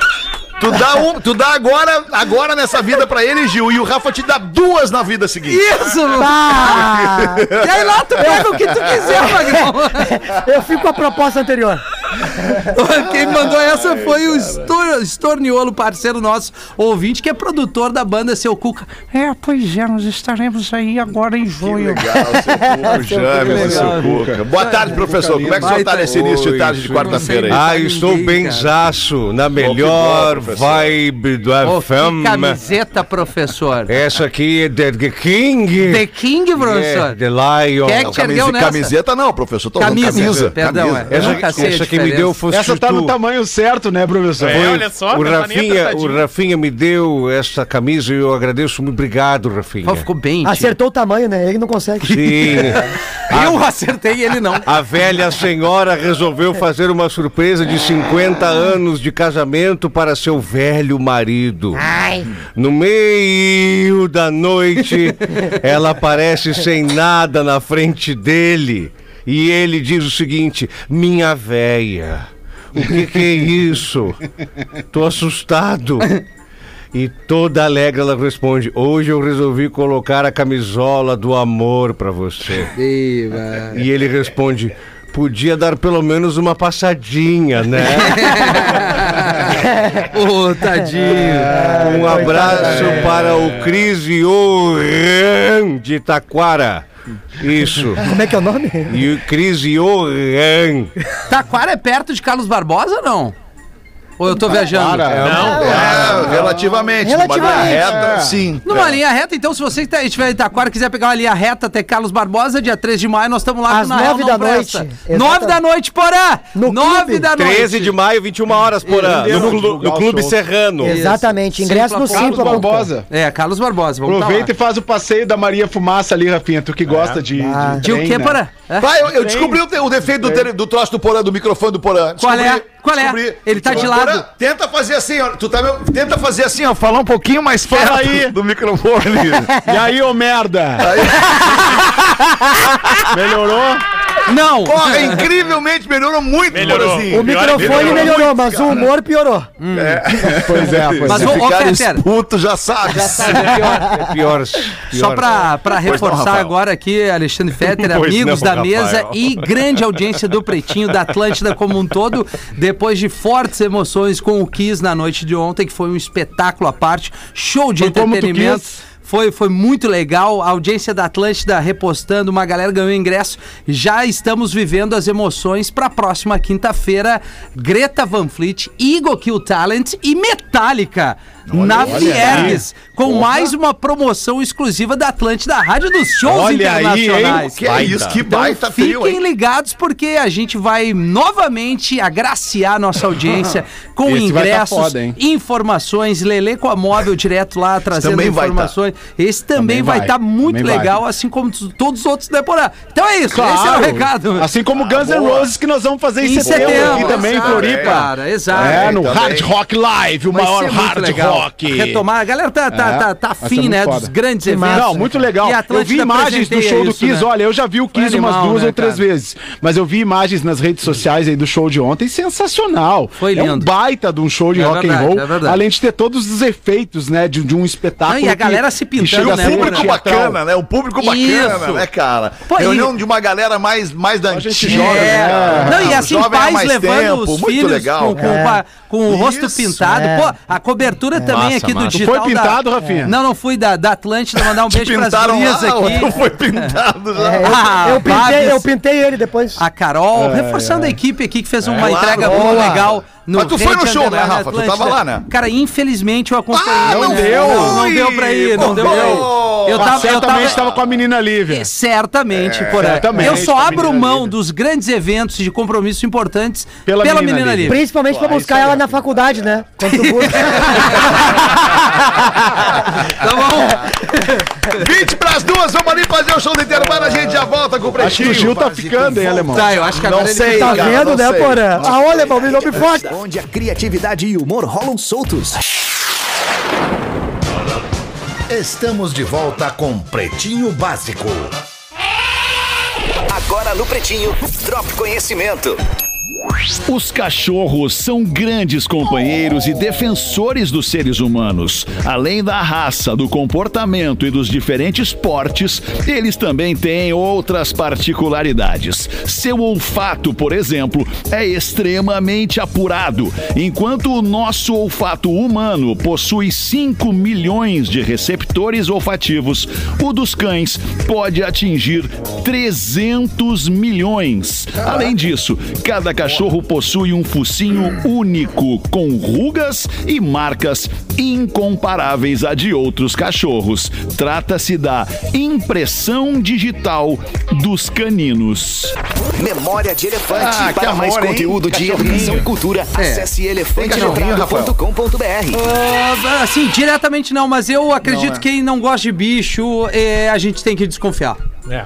Speaker 5: Tu dá, um, tu dá agora, agora nessa vida pra ele, Gil, e o Rafa te dá duas na vida seguinte.
Speaker 4: Isso, E aí lá tu pega o que tu quiser, Magrão.
Speaker 8: Eu fico com a proposta anterior.
Speaker 4: Quem mandou essa foi o Estor, Estorniolo, parceiro nosso, ouvinte, que é produtor da banda Seu Cuca. É, pois é, nós estaremos aí agora em junho.
Speaker 5: Legal, seu James,
Speaker 10: é
Speaker 5: seu Cuca. Boa tarde, professor. Como é que o senhor tá nesse início de tarde de quarta-feira aí?
Speaker 10: Ah, estou
Speaker 4: Ninguém,
Speaker 10: benzaço, na
Speaker 5: boa,
Speaker 10: melhor
Speaker 5: professor.
Speaker 10: vibe do
Speaker 4: Ô, que
Speaker 10: FM.
Speaker 4: camiseta, professor.
Speaker 10: Essa aqui é The King.
Speaker 4: The King,
Speaker 10: É,
Speaker 4: professor.
Speaker 10: The Lion.
Speaker 4: Quer que- é?
Speaker 5: Camisa-
Speaker 4: ergueu nessa?
Speaker 5: Camiseta não, professor. Tô usando
Speaker 4: Camisa,
Speaker 5: camisa.
Speaker 4: perdão,
Speaker 5: camisa.
Speaker 4: é.
Speaker 10: Essa,
Speaker 4: Não, cacete,
Speaker 10: essa aqui me
Speaker 4: diferença.
Speaker 10: deu fosse
Speaker 6: Essa tá
Speaker 10: tu.
Speaker 6: no tamanho certo, né, professor?
Speaker 7: É, olha só,
Speaker 10: o
Speaker 7: não tá nem
Speaker 10: Rafinha, o
Speaker 7: apertadinho.
Speaker 10: Rafinha me deu essa camisa e eu agradeço muito. Obrigado, Rafinha.
Speaker 4: Ó, ficou bem. Ah. tio.
Speaker 8: Acertou o tamanho, né? Ele não consegue.
Speaker 10: Sim.
Speaker 4: Eu acertei ele não.
Speaker 10: A velha senhora resolveu fazer uma surpresa de 50 anos de casamento para seu velho marido. No meio da noite, ela aparece sem nada na frente dele. E ele diz o seguinte: Minha véia, o que, que é isso? Tô assustado. E toda alegre ela responde: Hoje eu resolvi colocar a camisola do amor pra você. E ele responde: Podia dar pelo menos uma passadinha, né?
Speaker 4: Ô, tadinho.
Speaker 10: Um abraço para o Cris e o Ran de Taquara. Isso.
Speaker 8: Como é que é o nome?
Speaker 10: E o Cris e o Ran.
Speaker 4: Taquara é perto de Carlos Barbosa ou não? Ou eu tô viajando?
Speaker 7: Não,
Speaker 5: É, relativamente. Numa
Speaker 8: Relativamente.
Speaker 5: linha reta, sim.
Speaker 4: Numa linha reta, então, se você tá- estiver em Taquara e quiser pegar uma linha reta até Carlos Barbosa, dia 3 de maio, nós estamos lá
Speaker 8: Às
Speaker 4: na Real
Speaker 8: nove
Speaker 4: Não
Speaker 8: da
Speaker 4: Presta.
Speaker 8: noite.
Speaker 4: Nove
Speaker 8: Exatamente.
Speaker 4: da noite, Porã!
Speaker 8: No
Speaker 4: Nove
Speaker 8: clube.
Speaker 4: da noite.
Speaker 10: 13 de maio, 21 horas por ano. No, clu- no Clube Serrano.
Speaker 8: Exatamente. Ingresso no
Speaker 4: Simpla
Speaker 6: Carlos
Speaker 8: Simpla.
Speaker 6: Barbosa.
Speaker 4: É, Carlos Barbosa. Vamos
Speaker 6: Aproveita
Speaker 4: Aproveita
Speaker 6: e faz o passeio da Maria Fumaça ali, Rafinha. Tu que gosta de,
Speaker 8: Ah.
Speaker 4: De o
Speaker 6: trem,
Speaker 4: que,
Speaker 6: né?
Speaker 4: Porã? É? Hã?
Speaker 5: Vai, eu, eu descobri o, te- o defeito do, tele- do troço do Porã, do microfone do Porã.
Speaker 4: Qual é?
Speaker 5: Descobri,
Speaker 4: Qual é?
Speaker 5: descobri.
Speaker 4: Ele tá de
Speaker 5: Ô,
Speaker 4: lado.
Speaker 5: tenta fazer assim, ó. Tu tá me- Tenta fazer assim, ó. Falar um pouquinho mais perto
Speaker 6: Fala aí.
Speaker 5: do microfone.
Speaker 6: E aí, ô merda? Melhorou?
Speaker 4: Não!
Speaker 5: Porra, é incrivelmente melhorou muito,
Speaker 7: Melhorou.
Speaker 5: Porazinho.
Speaker 8: O microfone é
Speaker 5: é
Speaker 8: melhorou, mas o humor piorou.
Speaker 6: Pois é, pois
Speaker 4: Mas,
Speaker 5: Se
Speaker 4: ô, ô,
Speaker 5: ficares
Speaker 4: Fetter,
Speaker 5: puto, já sabe.
Speaker 10: É pior.
Speaker 4: Só
Speaker 10: pior.
Speaker 4: pra, pra reforçar
Speaker 5: Rafael.
Speaker 4: agora aqui, Alexandre Fetter,
Speaker 10: Pois
Speaker 4: amigos
Speaker 10: não,
Speaker 4: da mesa
Speaker 10: Rafael.
Speaker 4: e grande audiência do Pretinho, da Atlântida como um todo, depois de fortes emoções com o Kiss na noite de ontem, que foi um espetáculo à parte, show de
Speaker 6: Foi como tu
Speaker 4: entretenimento.
Speaker 6: quis.
Speaker 4: Foi, foi muito legal, a audiência da Atlântida repostando, uma galera ganhou ingresso. Já estamos vivendo as emoções pra próxima quinta-feira. Greta Van Fleet, Eagle Kill Talent e Metallica na Fiergues, com mais uma promoção exclusiva da Atlântida, a Rádio dos Shows
Speaker 6: Olha aí, hein?
Speaker 4: Internacionais.
Speaker 5: Que é isso, que
Speaker 4: Então
Speaker 5: baita frio,
Speaker 4: fiquem
Speaker 5: hein?
Speaker 4: ligados porque a gente vai novamente agraciar nossa audiência com
Speaker 6: Esse vai tá
Speaker 4: ingressos,
Speaker 6: foda, hein?
Speaker 4: informações, Lele com a móvel direto lá trazendo
Speaker 5: também vai
Speaker 4: informações. Esse também,
Speaker 6: tá. Também
Speaker 4: vai
Speaker 6: vai.
Speaker 4: estar muito
Speaker 6: Também vai.
Speaker 4: legal, assim como t- todos os outros da temporada. Então é isso, esse é o recado.
Speaker 6: Assim como Guns N' Roses que nós vamos fazer em, setembro, aqui também em
Speaker 4: exato,
Speaker 6: Floripa.
Speaker 4: Cara, exato.
Speaker 6: É, no
Speaker 5: Também.
Speaker 6: Hard Rock Live, o
Speaker 4: Vai
Speaker 6: maior
Speaker 4: ser muito
Speaker 6: hard
Speaker 4: legal.
Speaker 6: rock.
Speaker 4: Retomar, a galera tá, tá,
Speaker 6: É,
Speaker 4: tá, tá
Speaker 6: vai
Speaker 4: afim,
Speaker 6: ser
Speaker 4: né,
Speaker 6: muito
Speaker 4: dos
Speaker 6: foda.
Speaker 4: grandes eventos.
Speaker 6: Não, muito legal.
Speaker 4: E
Speaker 6: Eu
Speaker 4: a
Speaker 6: vi
Speaker 4: Atlântida
Speaker 6: imagens do
Speaker 4: presenteia
Speaker 6: show do
Speaker 4: isso,
Speaker 6: Kiss.
Speaker 4: né?
Speaker 6: Olha, eu já vi o Kiss
Speaker 4: Foi animal,
Speaker 6: umas duas
Speaker 4: né,
Speaker 6: ou três
Speaker 4: cara?
Speaker 6: vezes. Mas eu vi imagens nas redes sociais aí do show de ontem. Sensacional.
Speaker 4: Foi
Speaker 6: É um
Speaker 4: lindo.
Speaker 6: baita de um show de
Speaker 4: É
Speaker 6: rock
Speaker 4: verdade,
Speaker 6: and roll.
Speaker 4: é verdade.
Speaker 6: além de ter todos os efeitos, né, de, de um espetáculo.
Speaker 4: Não, e a
Speaker 6: que-
Speaker 4: galera se
Speaker 6: que
Speaker 4: pintando,
Speaker 6: chega a
Speaker 4: né,
Speaker 5: Um
Speaker 6: ser
Speaker 4: Bruno?
Speaker 5: público
Speaker 6: teatral.
Speaker 5: bacana, né? Um público bacana,
Speaker 4: Isso.
Speaker 5: né, cara?
Speaker 4: Pô, e- É.
Speaker 5: Reunião de uma galera mais, mais da
Speaker 6: gente
Speaker 5: antiga.
Speaker 6: jovem,
Speaker 5: né,
Speaker 6: né?
Speaker 5: cara?
Speaker 4: Não, e
Speaker 5: Ah,
Speaker 4: assim,
Speaker 5: jovem há
Speaker 4: pais
Speaker 5: mais
Speaker 4: levando
Speaker 5: tempo,
Speaker 4: os
Speaker 5: muito
Speaker 4: filhos
Speaker 5: legal,
Speaker 4: com,
Speaker 5: cara.
Speaker 4: com pa- com o rosto
Speaker 5: Isso,
Speaker 4: pintado.
Speaker 8: é.
Speaker 4: Pô, a cobertura também
Speaker 10: Massa,
Speaker 4: aqui do
Speaker 10: massa.
Speaker 6: Tu
Speaker 4: digital.
Speaker 6: foi pintado,
Speaker 4: da... É.
Speaker 6: Rafinha?
Speaker 4: Não, não fui da, da Atlântida. Mandar um beijo pras
Speaker 5: Pintaram
Speaker 4: gurias
Speaker 5: lá,
Speaker 4: aqui.
Speaker 5: outro foi pintado já.
Speaker 8: É, eu,
Speaker 4: Ah,
Speaker 8: eu pintei, eu
Speaker 4: Babs.
Speaker 8: pintei ele depois.
Speaker 5: Ah,
Speaker 4: A Carol, reforçando a equipe aqui que fez uma
Speaker 5: É. Claro,
Speaker 4: entrega
Speaker 5: boa.
Speaker 4: muito legal no
Speaker 5: Mas tu foi no
Speaker 4: Rede
Speaker 5: show, né,
Speaker 4: Underline
Speaker 5: Rafa? Tu
Speaker 4: Atlântida.
Speaker 5: tava lá, né?
Speaker 4: Cara, infelizmente eu acompanhei.
Speaker 5: Ah, não
Speaker 4: né?
Speaker 5: deu.
Speaker 4: Não, não
Speaker 5: Ui,
Speaker 4: deu pra ir, não
Speaker 5: pô,
Speaker 4: deu pra
Speaker 5: pô.
Speaker 4: ir. Eu tava, eu
Speaker 6: Certamente
Speaker 4: tava,
Speaker 6: estava com a menina Lívia.
Speaker 5: É,
Speaker 4: Certamente, porém.
Speaker 6: certamente,
Speaker 4: Eu só
Speaker 6: pela
Speaker 4: abro
Speaker 6: menina
Speaker 4: mão
Speaker 6: Lívia.
Speaker 4: dos grandes eventos e de compromissos importantes pela,
Speaker 6: Pela
Speaker 4: menina,
Speaker 6: menina
Speaker 4: Lívia.
Speaker 8: Principalmente pra buscar
Speaker 5: é
Speaker 8: ela na faculdade, né? Quando tu busca.
Speaker 4: Tá bom?
Speaker 5: 20 pras duas, vamos ali fazer o show do intervalo, a gente já volta com o
Speaker 6: Acho que
Speaker 5: Pretinho.
Speaker 6: o Gil tá ficando, hein, alemão?
Speaker 4: Tá, eu acho que
Speaker 5: Não
Speaker 4: agora
Speaker 5: sei,
Speaker 4: ele...
Speaker 8: tá
Speaker 5: cara, não
Speaker 8: vendo, né,
Speaker 5: sei.
Speaker 8: Porã? Ah, olha, Balbi, não me foge.
Speaker 11: Onde a criatividade e o humor rolam soltos.
Speaker 2: Estamos de volta com Pretinho Básico.
Speaker 11: Agora no Pretinho, Drop Conhecimento.
Speaker 12: Os cachorros são grandes companheiros e defensores dos seres humanos. Além da raça, do comportamento e dos diferentes portes, eles também têm outras particularidades. Seu olfato, por exemplo, é extremamente apurado, enquanto o nosso olfato humano possui 5 milhões de receptores olfativos, o dos cães pode atingir 300 milhões. Além disso, cada cachorro cachorro possui um focinho único, com rugas e marcas incomparáveis à de outros cachorros. Trata-se da impressão digital dos caninos.
Speaker 11: Memória de elefante.
Speaker 12: Ah, que
Speaker 11: Para mais
Speaker 12: amor, hein?
Speaker 11: conteúdo de
Speaker 12: Cachorrinho.
Speaker 11: educação e cultura,
Speaker 12: É.
Speaker 11: acesse
Speaker 4: cachorrinho, Rafael?
Speaker 11: elefanteletado.com.br.
Speaker 4: Ah, assim, diretamente não, mas eu acredito
Speaker 11: Não, é.
Speaker 4: que quem não gosta de bicho, é, a gente tem que desconfiar.
Speaker 7: É.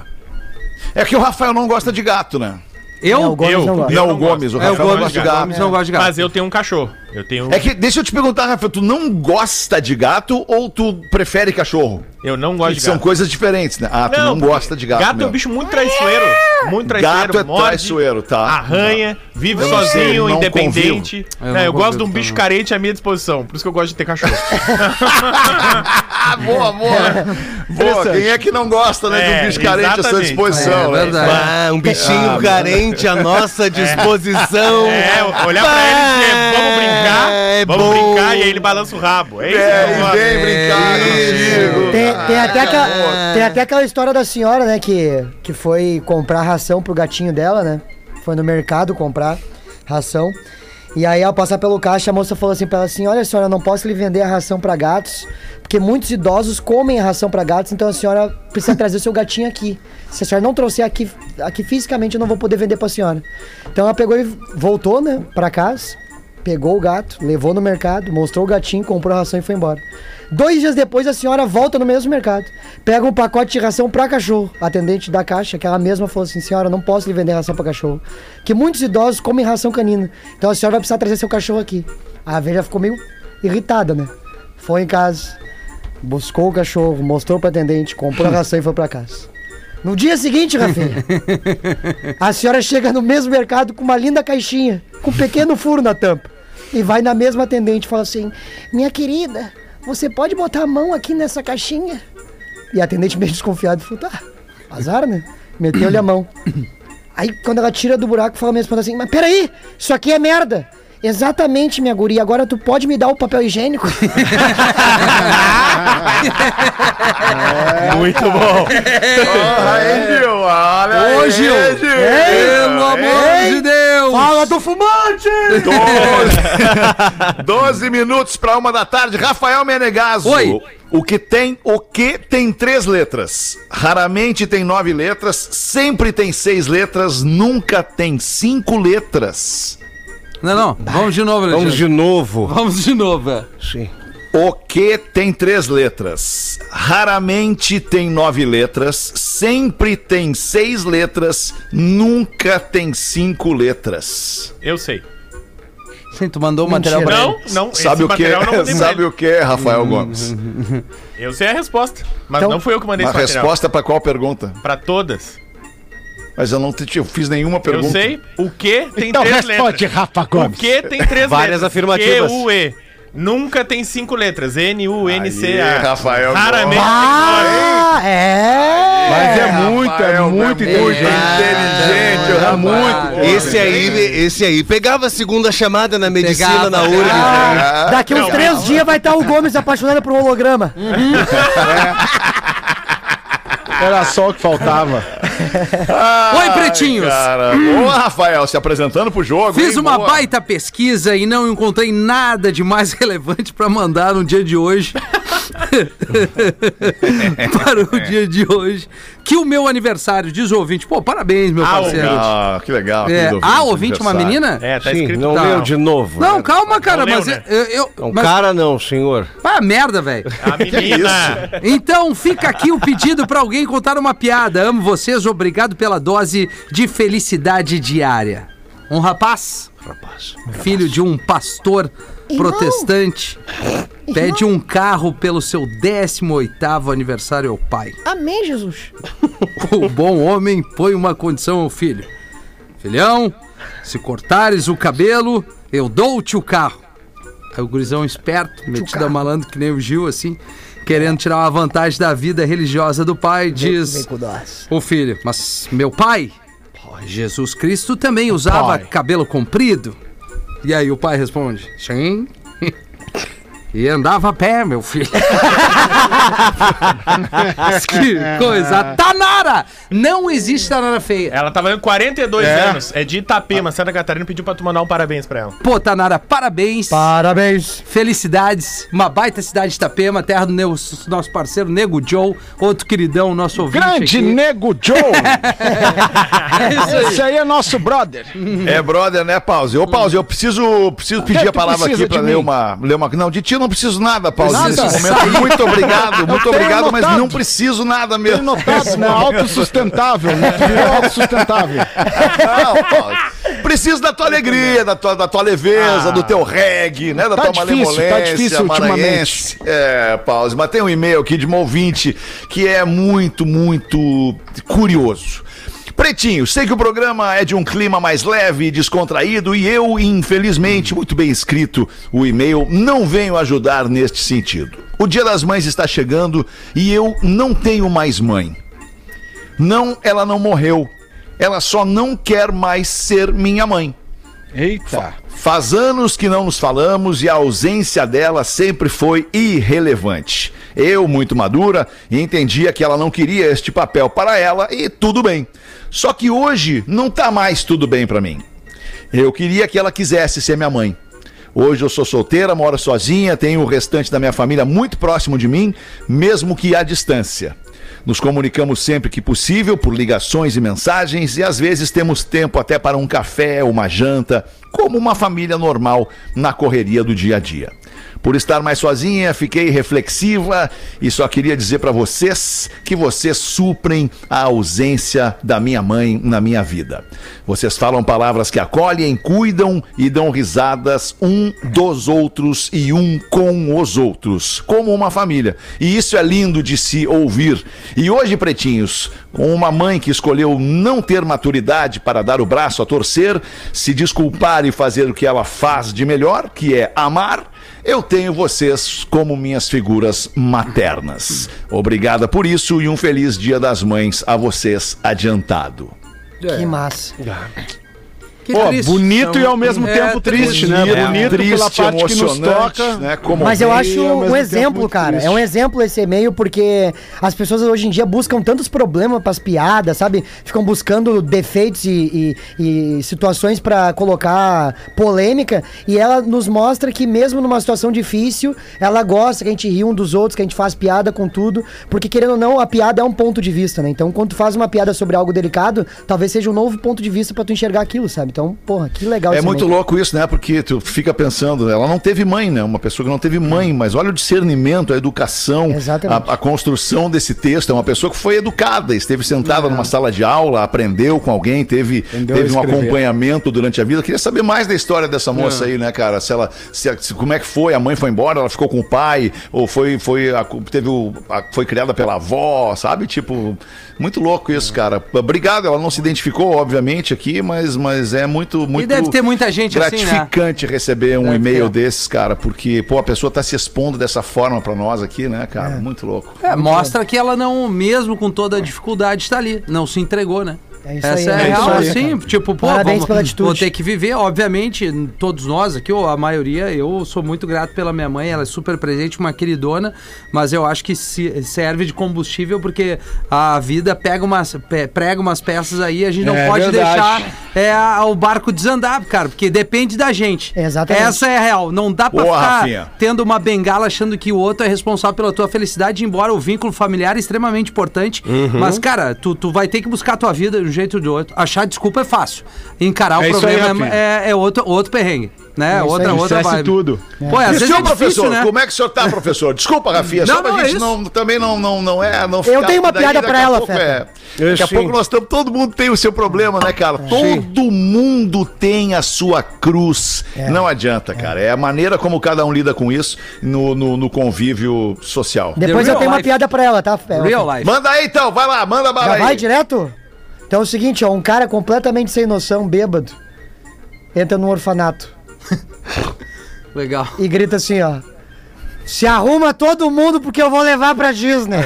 Speaker 5: É que o Rafael não gosta de gato, né?
Speaker 4: Eu? Não, o Gomes
Speaker 5: não gosta. Não, o Gomes, o
Speaker 7: É,
Speaker 5: Rafael
Speaker 7: Gomes
Speaker 5: não gosta de
Speaker 7: não
Speaker 5: gato.
Speaker 7: Gomes não gosta de gato. Mas eu tenho um cachorro. Eu tenho.
Speaker 5: É que, deixa eu te perguntar, Rafael, tu não gosta de gato ou tu prefere cachorro?
Speaker 7: Eu não gosto de
Speaker 5: São
Speaker 7: gato.
Speaker 5: coisas diferentes, né? Ah, tu não,
Speaker 7: porque
Speaker 5: gosta de gato.
Speaker 7: Gato é
Speaker 5: mesmo.
Speaker 7: um bicho muito traiçoeiro. Muito traiçoeiro.
Speaker 5: Gato é traiçoeiro, tá.
Speaker 7: Arranha, vive
Speaker 5: Eu
Speaker 7: sozinho,
Speaker 5: sei, não
Speaker 7: independente.
Speaker 5: convivo.
Speaker 7: Não,
Speaker 5: Eu
Speaker 7: Eu,
Speaker 5: não
Speaker 7: gosto
Speaker 5: convivo
Speaker 7: de um bicho
Speaker 5: também.
Speaker 7: carente à minha disposição. Por isso que eu gosto de ter cachorro.
Speaker 5: Ah, boa, boa. boa,
Speaker 7: Interessante.
Speaker 5: quem é que não gosta, né, de um
Speaker 7: É,
Speaker 5: bicho carente à sua
Speaker 7: exatamente.
Speaker 5: disposição,
Speaker 7: É
Speaker 5: né?
Speaker 7: verdade.
Speaker 9: Ah, um bichinho
Speaker 5: Ah,
Speaker 9: carente à nossa disposição.
Speaker 7: É, olhar pra ele e dizer, vamos brincar, vamos
Speaker 9: bom.
Speaker 7: brincar, e aí ele balança o rabo. É isso
Speaker 5: É,
Speaker 7: que eu gosto. É
Speaker 5: vem brincar contigo.
Speaker 8: Tem, tem até
Speaker 7: que
Speaker 8: aquela,
Speaker 7: amor.
Speaker 8: tem até aquela história da senhora, né, que, que foi comprar ração pro gatinho dela, né? Foi no mercado comprar ração. E aí, ao passar pelo caixa, a moça falou assim pra ela assim, olha, senhora, eu não posso lhe vender a ração pra gatos, porque muitos idosos comem a ração pra gatos, então a senhora precisa trazer o seu gatinho aqui. Se a senhora não trouxer aqui, aqui fisicamente, eu não vou poder vender pra senhora. Então ela pegou e voltou, né, pra casa pegou o gato, levou no mercado, mostrou o gatinho, comprou a ração e foi embora. Dois dias depois, a senhora volta no mesmo mercado, pega um pacote de ração pra cachorro. A atendente da caixa, que ela mesma falou assim: senhora, não posso lhe vender ração pra cachorro. Que muitos idosos comem ração canina. Então a senhora vai precisar trazer seu cachorro aqui. A velha ficou meio irritada, né? Foi em casa, buscou o cachorro, mostrou pra atendente, comprou a ração e foi pra casa. No dia seguinte, Rafinha, a senhora chega no mesmo mercado com uma linda caixinha, com um pequeno furo na tampa. E vai na mesma atendente e fala assim: Minha querida, você pode botar a mão aqui nessa caixinha? E a atendente meio desconfiada falou: Tá, azar, né? Meteu-lhe a mão. Aí quando ela tira do buraco, fala mesmo fala assim: Mas peraí, isso aqui é merda! Exatamente, minha guria, agora tu pode me dar o papel higiênico?
Speaker 7: Muito bom.
Speaker 5: Olha
Speaker 4: Ô, Gil! Pelo amor de Deus!
Speaker 8: Fala do fumante!
Speaker 5: Doze- Doze minutos para uma da tarde. Rafael Menegaso.
Speaker 4: Oi.
Speaker 5: O que tem, o que tem três letras. Raramente tem nove letras, sempre tem seis letras, nunca tem cinco letras.
Speaker 4: Não, não, vamos de novo,
Speaker 10: Vamos de novo.
Speaker 4: Vamos de novo, é.
Speaker 10: Sim.
Speaker 5: O que tem três letras. Raramente tem nove letras, sempre tem seis letras, nunca tem cinco letras.
Speaker 7: Eu sei.
Speaker 4: Sim, tu mandou o
Speaker 8: Mentira.
Speaker 4: material pra
Speaker 7: Não,
Speaker 4: ele.
Speaker 7: não,
Speaker 5: Sabe o
Speaker 7: Então,
Speaker 5: que? é?
Speaker 7: material eu não mandei pra
Speaker 5: Sabe
Speaker 7: ele.
Speaker 5: o que, é, Rafael
Speaker 4: Hum,
Speaker 5: Gomes?
Speaker 7: Eu sei a resposta, mas
Speaker 8: Então,
Speaker 7: não fui eu que mandei
Speaker 5: A
Speaker 7: esse material.
Speaker 5: resposta para qual pergunta?
Speaker 7: Pra todas.
Speaker 5: Mas eu não te, te fiz nenhuma pergunta.
Speaker 7: Eu sei o que tem
Speaker 6: Então
Speaker 7: três
Speaker 6: responde,
Speaker 7: letras.
Speaker 6: Rafa Gomes.
Speaker 7: O que tem três
Speaker 10: Várias
Speaker 7: letras.
Speaker 10: afirmativas.
Speaker 7: Q-U-E. Nunca tem cinco letras. N-U-N-C-A.
Speaker 5: Aê, Rafael
Speaker 7: Raramente.
Speaker 8: Ah, é!
Speaker 6: Mas é muito, é muito inteligente.
Speaker 5: inteligente,
Speaker 6: É
Speaker 5: Rafael.
Speaker 6: muito.
Speaker 9: Esse aí, esse aí. Pegava a segunda chamada na medicina,
Speaker 4: Pegava,
Speaker 9: na URG.
Speaker 8: Ah, daqui uns
Speaker 7: Não,
Speaker 8: três dias vai estar o Gomes apaixonado por um holograma.
Speaker 6: Era só o que faltava.
Speaker 4: Oi, pretinhos!
Speaker 5: Cara, ô Rafael, se apresentando pro jogo.
Speaker 4: Fiz
Speaker 5: hein?
Speaker 4: uma
Speaker 5: Boa.
Speaker 4: baita pesquisa e não encontrei nada de mais relevante pra mandar no dia de hoje. para o dia de hoje. Que o meu aniversário, diz o ouvinte. Pô, parabéns, meu
Speaker 7: Ah, o
Speaker 4: parceiro.
Speaker 5: Ah, que legal.
Speaker 4: É,
Speaker 5: querido
Speaker 4: ah, ouvinte, uma
Speaker 5: aniversário.
Speaker 4: menina?
Speaker 7: É, tá
Speaker 10: Sim,
Speaker 7: escrito.
Speaker 10: não
Speaker 4: tá.
Speaker 10: leu de novo.
Speaker 4: Não, Então, calma, cara,
Speaker 7: Não leu,
Speaker 4: mas
Speaker 7: né?
Speaker 4: eu. eu-
Speaker 10: Não,
Speaker 4: mas-
Speaker 10: cara não, senhor.
Speaker 4: Ah, merda, velho.
Speaker 7: A menina.
Speaker 4: Então fica aqui o pedido pra alguém contar uma piada. Amo vocês, obrigado pela dose de felicidade diária. Um rapaz, filho de um pastor protestante, pede um carro pelo seu 18º aniversário ao pai.
Speaker 8: Amém, Jesus.
Speaker 4: O bom homem põe uma condição ao filho. Filhão, se cortares o cabelo, eu dou-te o carro. Aí o gurizão esperto, metido a malandro que nem o Gil, assim, querendo tirar uma vantagem da vida religiosa do pai,
Speaker 8: Vem
Speaker 4: diz
Speaker 8: com nós.
Speaker 4: o filho, mas meu pai, Jesus Cristo também usava cabelo comprido. E aí o pai responde, sim. E andava a pé, meu filho. que coisa. A Tanara! Não existe Tanara feia.
Speaker 7: Ela tava com 42
Speaker 4: É.
Speaker 7: anos, é de Itapema, Santa Catarina, pediu pra tu mandar um parabéns pra ela.
Speaker 4: Pô, Tanara, parabéns.
Speaker 8: Parabéns.
Speaker 4: Felicidades. Uma baita cidade de Itapema, terra do meu- nosso parceiro Nego Joe, outro queridão, nosso ouvinte.
Speaker 6: Grande Nego Joe! Esse aí é nosso brother.
Speaker 5: É brother, né, Pause? Ô, Pause, eu preciso, preciso
Speaker 6: Que
Speaker 5: pedir
Speaker 6: que
Speaker 5: a palavra
Speaker 6: É, precisa
Speaker 5: aqui pra
Speaker 6: de
Speaker 5: ler
Speaker 6: mim?
Speaker 5: uma, ler uma. Não, de ti eu não preciso nada, Pause,
Speaker 6: Nada.
Speaker 5: nesse momento.
Speaker 6: Sai.
Speaker 5: Muito obrigado, muito
Speaker 6: Eu tenho
Speaker 5: obrigado, mas
Speaker 6: notado.
Speaker 5: não preciso nada
Speaker 6: Tenho
Speaker 5: mesmo.
Speaker 6: notado, né? Autossustentável, né? Tu é autossustentável.
Speaker 5: Não, Pause. Preciso da tua alegria, da tua, da tua leveza,
Speaker 6: Ah.
Speaker 5: do teu reggae, né? Da
Speaker 6: Tá
Speaker 5: tua
Speaker 6: difícil, tá
Speaker 5: malemolência
Speaker 6: difícil ultimamente.
Speaker 5: maranhense. É, Pause, mas tem um e-mail aqui de um ouvinte que é muito, muito curioso. Pretinho, sei que o programa é de um clima mais leve e descontraído e eu, infelizmente, muito bem escrito, o e-mail não venho ajudar neste sentido. O Dia das Mães está chegando e eu não tenho mais mãe. Não, ela não morreu. Ela só não quer mais ser minha mãe.
Speaker 6: Eita.
Speaker 5: Faz anos que não nos falamos e a ausência dela sempre foi irrelevante. Eu, muito madura, entendia que ela não queria este papel para ela e tudo bem. Só que hoje não tá mais tudo bem para mim. Eu queria que ela quisesse ser minha mãe. Hoje eu sou solteira, moro sozinha, tenho o restante da minha família muito próximo de mim, mesmo que à distância. Nos comunicamos sempre que possível por ligações e mensagens e às vezes temos tempo até para um café, uma janta, como uma família normal na correria do dia a dia. Por estar mais sozinha, fiquei reflexiva e só queria dizer para vocês que vocês suprem a ausência da minha mãe na minha vida. Vocês falam palavras que acolhem, cuidam e dão risadas um dos outros e um com os outros, como uma família. E isso é lindo de se ouvir. E hoje, pretinhos, com uma mãe que escolheu não ter maturidade para dar o braço a torcer, se desculpar e fazer o que ela faz de melhor, que é amar, eu tenho vocês como minhas figuras maternas. Obrigada por isso e um feliz Dia das Mães a vocês adiantado.
Speaker 8: Que massa.
Speaker 4: Que É,
Speaker 6: Pô, bonito e ao mesmo tempo triste, né?
Speaker 10: É
Speaker 6: Bonito pela parte que nos toca.
Speaker 10: né?
Speaker 8: Mas eu acho
Speaker 6: E ao mesmo
Speaker 8: um
Speaker 6: tempo
Speaker 8: exemplo,
Speaker 6: muito
Speaker 8: cara.
Speaker 6: triste.
Speaker 8: É um exemplo esse e-mail, porque as pessoas hoje em dia buscam tantos problemas pras piadas, sabe? Ficam buscando defeitos e, e- e situações pra colocar polêmica. E ela nos mostra que, mesmo numa situação difícil, ela gosta que a gente ri um dos outros, que a gente faz piada com tudo. Porque, querendo ou não, a piada é um ponto de vista, né? Então, quando tu faz uma piada sobre algo delicado, talvez seja um novo ponto de vista pra tu enxergar aquilo, sabe? Então, porra, que legal
Speaker 5: É
Speaker 8: esse
Speaker 5: muito
Speaker 8: e-mail.
Speaker 5: louco isso, né? Porque tu fica pensando, ela não teve mãe, né? Uma pessoa que não teve mãe, mas olha o discernimento, a educação, a, a construção desse texto. É uma pessoa que foi educada, esteve sentada numa sala de aula, aprendeu com alguém, teve,
Speaker 6: a
Speaker 5: teve um
Speaker 6: escrever.
Speaker 5: acompanhamento durante a vida. Eu queria saber mais da história dessa moça
Speaker 6: É.
Speaker 5: aí, né, cara? Se ela, se, a- se- como é que foi? A mãe foi embora, ela ficou com o pai, ou foi, foi, a- teve o- a- foi criada pela avó, sabe? Tipo, muito louco isso, cara. Obrigado, ela não se identificou, obviamente, aqui, mas, mas é muito, muito
Speaker 4: E deve ter muita gente assim, né? É,
Speaker 5: gratificante receber um e-mail desses, cara, porque pô, a pessoa tá se expondo dessa forma pra nós aqui, né, cara? Muito louco.
Speaker 4: É, mostra que ela não, mesmo com toda a dificuldade, está ali. Não se entregou, né?
Speaker 8: É isso
Speaker 4: Essa
Speaker 8: aí,
Speaker 4: é,
Speaker 8: é
Speaker 4: a
Speaker 8: isso
Speaker 4: real,
Speaker 8: aí,
Speaker 4: assim,
Speaker 8: cara.
Speaker 4: tipo, pô,
Speaker 8: Parabéns
Speaker 4: vamos,
Speaker 8: pela atitude.
Speaker 4: vou ter que viver, obviamente, todos nós aqui, ou a maioria, eu sou muito grato pela minha mãe, ela é super presente, uma queridona, mas eu acho que se- serve de combustível, porque a vida pega umas, pe- prega umas peças aí, a gente não
Speaker 6: É
Speaker 4: pode
Speaker 6: verdade.
Speaker 4: deixar é, a- o barco desandar, cara, porque depende da gente.
Speaker 8: Exatamente.
Speaker 4: Essa é a real, não dá pra
Speaker 5: Boa,
Speaker 4: ficar
Speaker 5: Rafinha.
Speaker 4: tendo uma bengala achando que o outro é responsável pela tua felicidade, embora o vínculo familiar é extremamente importante.
Speaker 9: Uhum.
Speaker 4: Mas, cara, tu, tu vai ter que buscar a tua vida de um jeito ou de outro. Achar desculpa é fácil. Encarar
Speaker 6: É
Speaker 4: o
Speaker 6: isso aí,
Speaker 4: problema
Speaker 6: Rafinha.
Speaker 4: é, é outro, outro perrengue.
Speaker 6: É
Speaker 4: Né?
Speaker 6: isso
Speaker 4: outra,
Speaker 6: aí.
Speaker 4: outra
Speaker 6: Estresse
Speaker 4: vibe.
Speaker 6: tudo.
Speaker 4: Pô, às
Speaker 5: e o
Speaker 4: vezes
Speaker 5: senhor,
Speaker 4: é
Speaker 5: professor,
Speaker 4: difícil, né?
Speaker 5: como é que o senhor tá, professor? Desculpa, Rafinha,
Speaker 4: Não,
Speaker 5: só pra
Speaker 4: não, é
Speaker 5: gente
Speaker 4: isso.
Speaker 5: não, também não, não, não é. Não,
Speaker 8: Eu
Speaker 5: daqui
Speaker 8: tenho uma
Speaker 5: a
Speaker 8: piada pra ela,
Speaker 5: pouco
Speaker 8: Feta.
Speaker 5: é- Daqui a
Speaker 8: Eu
Speaker 5: pouco
Speaker 8: sim.
Speaker 5: nós estamos. Todo mundo tem o seu problema, né, cara? Todo mundo tem a sua cruz. Não adianta, cara. É a maneira como cada um lida com isso no, no, no convívio social.
Speaker 8: Depois
Speaker 4: The
Speaker 8: eu
Speaker 4: real
Speaker 8: tenho uma
Speaker 4: life.
Speaker 8: piada pra ela, tá? Fel?
Speaker 4: Real life.
Speaker 5: Manda aí então, vai lá, manda a
Speaker 8: Já
Speaker 5: bala
Speaker 8: vai
Speaker 5: aí.
Speaker 8: direto? Então é o seguinte, ó, um cara completamente sem noção, bêbado, entra num orfanato
Speaker 4: Legal.
Speaker 8: e grita assim, ó. Se arruma todo mundo porque eu vou levar pra Disney.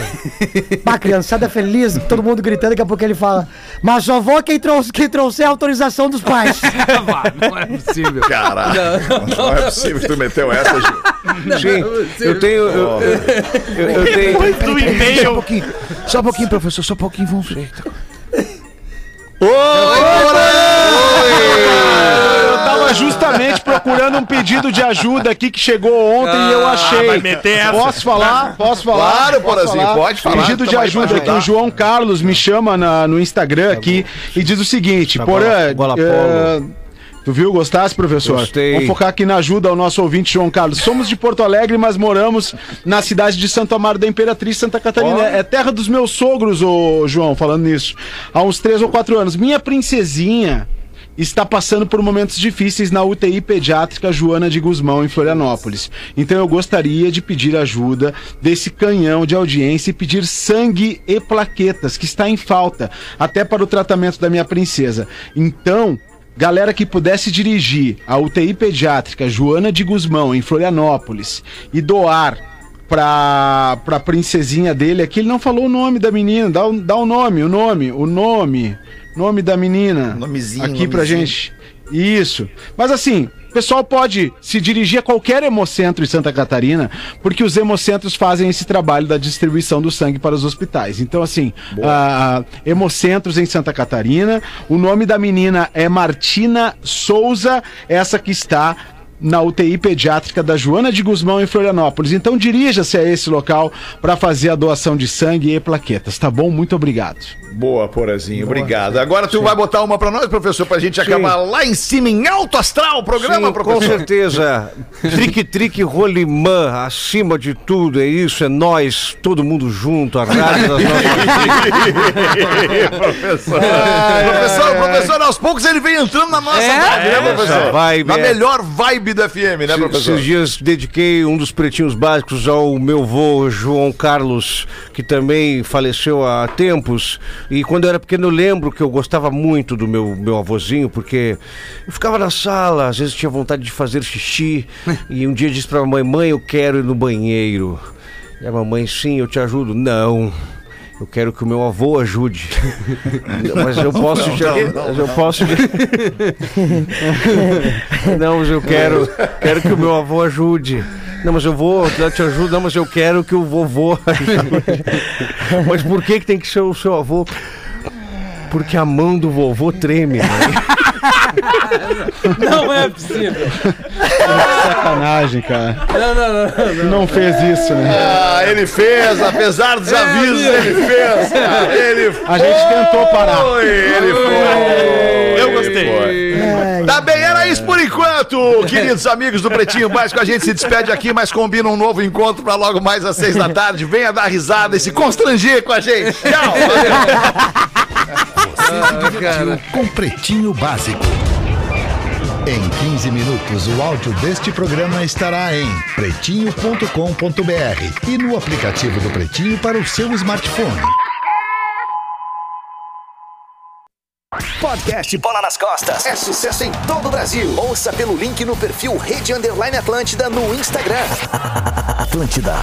Speaker 8: Pra criançada feliz, todo mundo gritando, daqui a pouco ele fala. Mas só vou quem trouxe, quem trouxe a autorização dos pais.
Speaker 4: não é possível.
Speaker 5: Caralho. Não, é possível que tu meteu essa, Gil.
Speaker 10: Sim, eu tenho. Eu, eu- eu- eu tenho.
Speaker 7: Depois do e-mail.
Speaker 10: Só um pouquinho, só um pouquinho, professor, só um pouquinho, vamos ver.
Speaker 6: Eu tava justamente procurando um pedido de ajuda aqui que chegou ontem e
Speaker 5: Ah,
Speaker 6: eu achei.
Speaker 7: vai meter essa.
Speaker 6: Posso falar? Posso falar?
Speaker 5: Claro,
Speaker 6: Posso
Speaker 5: Porazinho, pode falar,
Speaker 6: Pedido de
Speaker 5: tamo aí pra
Speaker 6: ajuda aqui.
Speaker 5: ajudar. Tá
Speaker 6: O João Carlos me chama na- no Instagram aqui e diz o seguinte:
Speaker 10: Tá
Speaker 6: Porã.
Speaker 10: bola- bola
Speaker 6: eh, Tu viu? Gostasse, professor?
Speaker 10: Gostei.
Speaker 6: Vamos focar aqui na ajuda ao nosso ouvinte, João Carlos. Somos de Porto Alegre, mas moramos na cidade de Santo Amaro da Imperatriz, Santa Catarina. É terra dos meus sogros, ô João, falando nisso. Há uns três ou quatro anos. Minha princesinha está passando por momentos difíceis na UTI pediátrica Joana de Guzmão, em Florianópolis. Então eu gostaria de pedir ajuda desse canhão de audiência e pedir sangue e plaquetas, que está em falta, até para o tratamento da minha princesa. Então, Galera que pudesse dirigir a UTI pediátrica Joana de Guzmão, em Florianópolis, e doar pra, pra princesinha dele aqui, ele não falou o nome da menina. Dá o dá o nome, o nome, o nome. Nome da menina.
Speaker 5: Nomezinho,
Speaker 6: Aqui pra
Speaker 5: nomezinho.
Speaker 6: gente. Isso. Mas assim. O pessoal pode se dirigir a qualquer hemocentro em Santa Catarina, porque os hemocentros fazem esse trabalho da distribuição do sangue para os hospitais. Então, assim, ah, hemocentros em Santa Catarina. O nome da menina é Martina Souza, essa que está na UTI pediátrica da Joana de Guzmão em Florianópolis. Então dirija-se a esse local para fazer a doação de sangue e plaquetas, tá bom? Muito obrigado.
Speaker 5: Boa, Porazinho, obrigado. Agora tu vai botar uma pra nós, professor, pra gente acabar lá em cima, em alto astral, o programa,
Speaker 10: Sim, com
Speaker 5: professor.
Speaker 10: certeza. Trick Trick Rolimã, acima de tudo, é isso, é nós, todo mundo junto, a rádio das nossas.
Speaker 5: professor, professor, professor, aos poucos ele vem entrando na nossa
Speaker 4: É?
Speaker 5: vibe,
Speaker 10: É,
Speaker 5: né, professor?
Speaker 10: essa vibe,
Speaker 5: na
Speaker 10: é.
Speaker 5: melhor vibe do FM, né, professor?
Speaker 10: Esses dias dediquei um dos pretinhos básicos ao meu vô João Carlos, que também faleceu há tempos. E quando eu era pequeno, eu lembro que eu gostava muito do meu, meu avôzinho, porque eu ficava na sala, às vezes tinha vontade de fazer xixi. e um dia disse pra mamãe: Mãe, eu quero ir no banheiro. E a mamãe: Sim, eu te ajudo. Não. Eu quero que o meu avô ajude. Mas eu posso. te- mas eu posso. te- não, mas eu quero, quero que o meu avô ajude. Não, mas eu vou, eu te ajudo. Não, mas eu quero que o vovô ajude. Mas por que, que tem que ser o seu avô? Porque a mão do vovô treme. né?
Speaker 4: Não é possível.
Speaker 6: É Sacanagem, cara.
Speaker 4: Não, não, não. não.
Speaker 6: Não fez isso, né?
Speaker 5: Ah, ele fez, apesar
Speaker 7: É,
Speaker 5: dos avisos, ele fez. cara. Ele foi.
Speaker 6: A gente tentou parar.
Speaker 5: Ele foi.
Speaker 7: Eu gostei.
Speaker 8: Ai,
Speaker 5: Tá bem, era isso por enquanto, queridos amigos do Pretinho Básico. A gente se despede aqui, mas combina um novo encontro pra logo mais às seis da tarde. Venha dar risada e se constranger com a gente. Tchau. valeu.
Speaker 2: Com Pretinho Básico. Em 15 minutos, o áudio deste programa estará em pretinho.com.br e no aplicativo do Pretinho para o seu smartphone.
Speaker 11: Podcast Bola nas Costas. É sucesso em todo o Brasil. Ouça pelo link no perfil Rede Underline Atlântida no Instagram. Atlântida.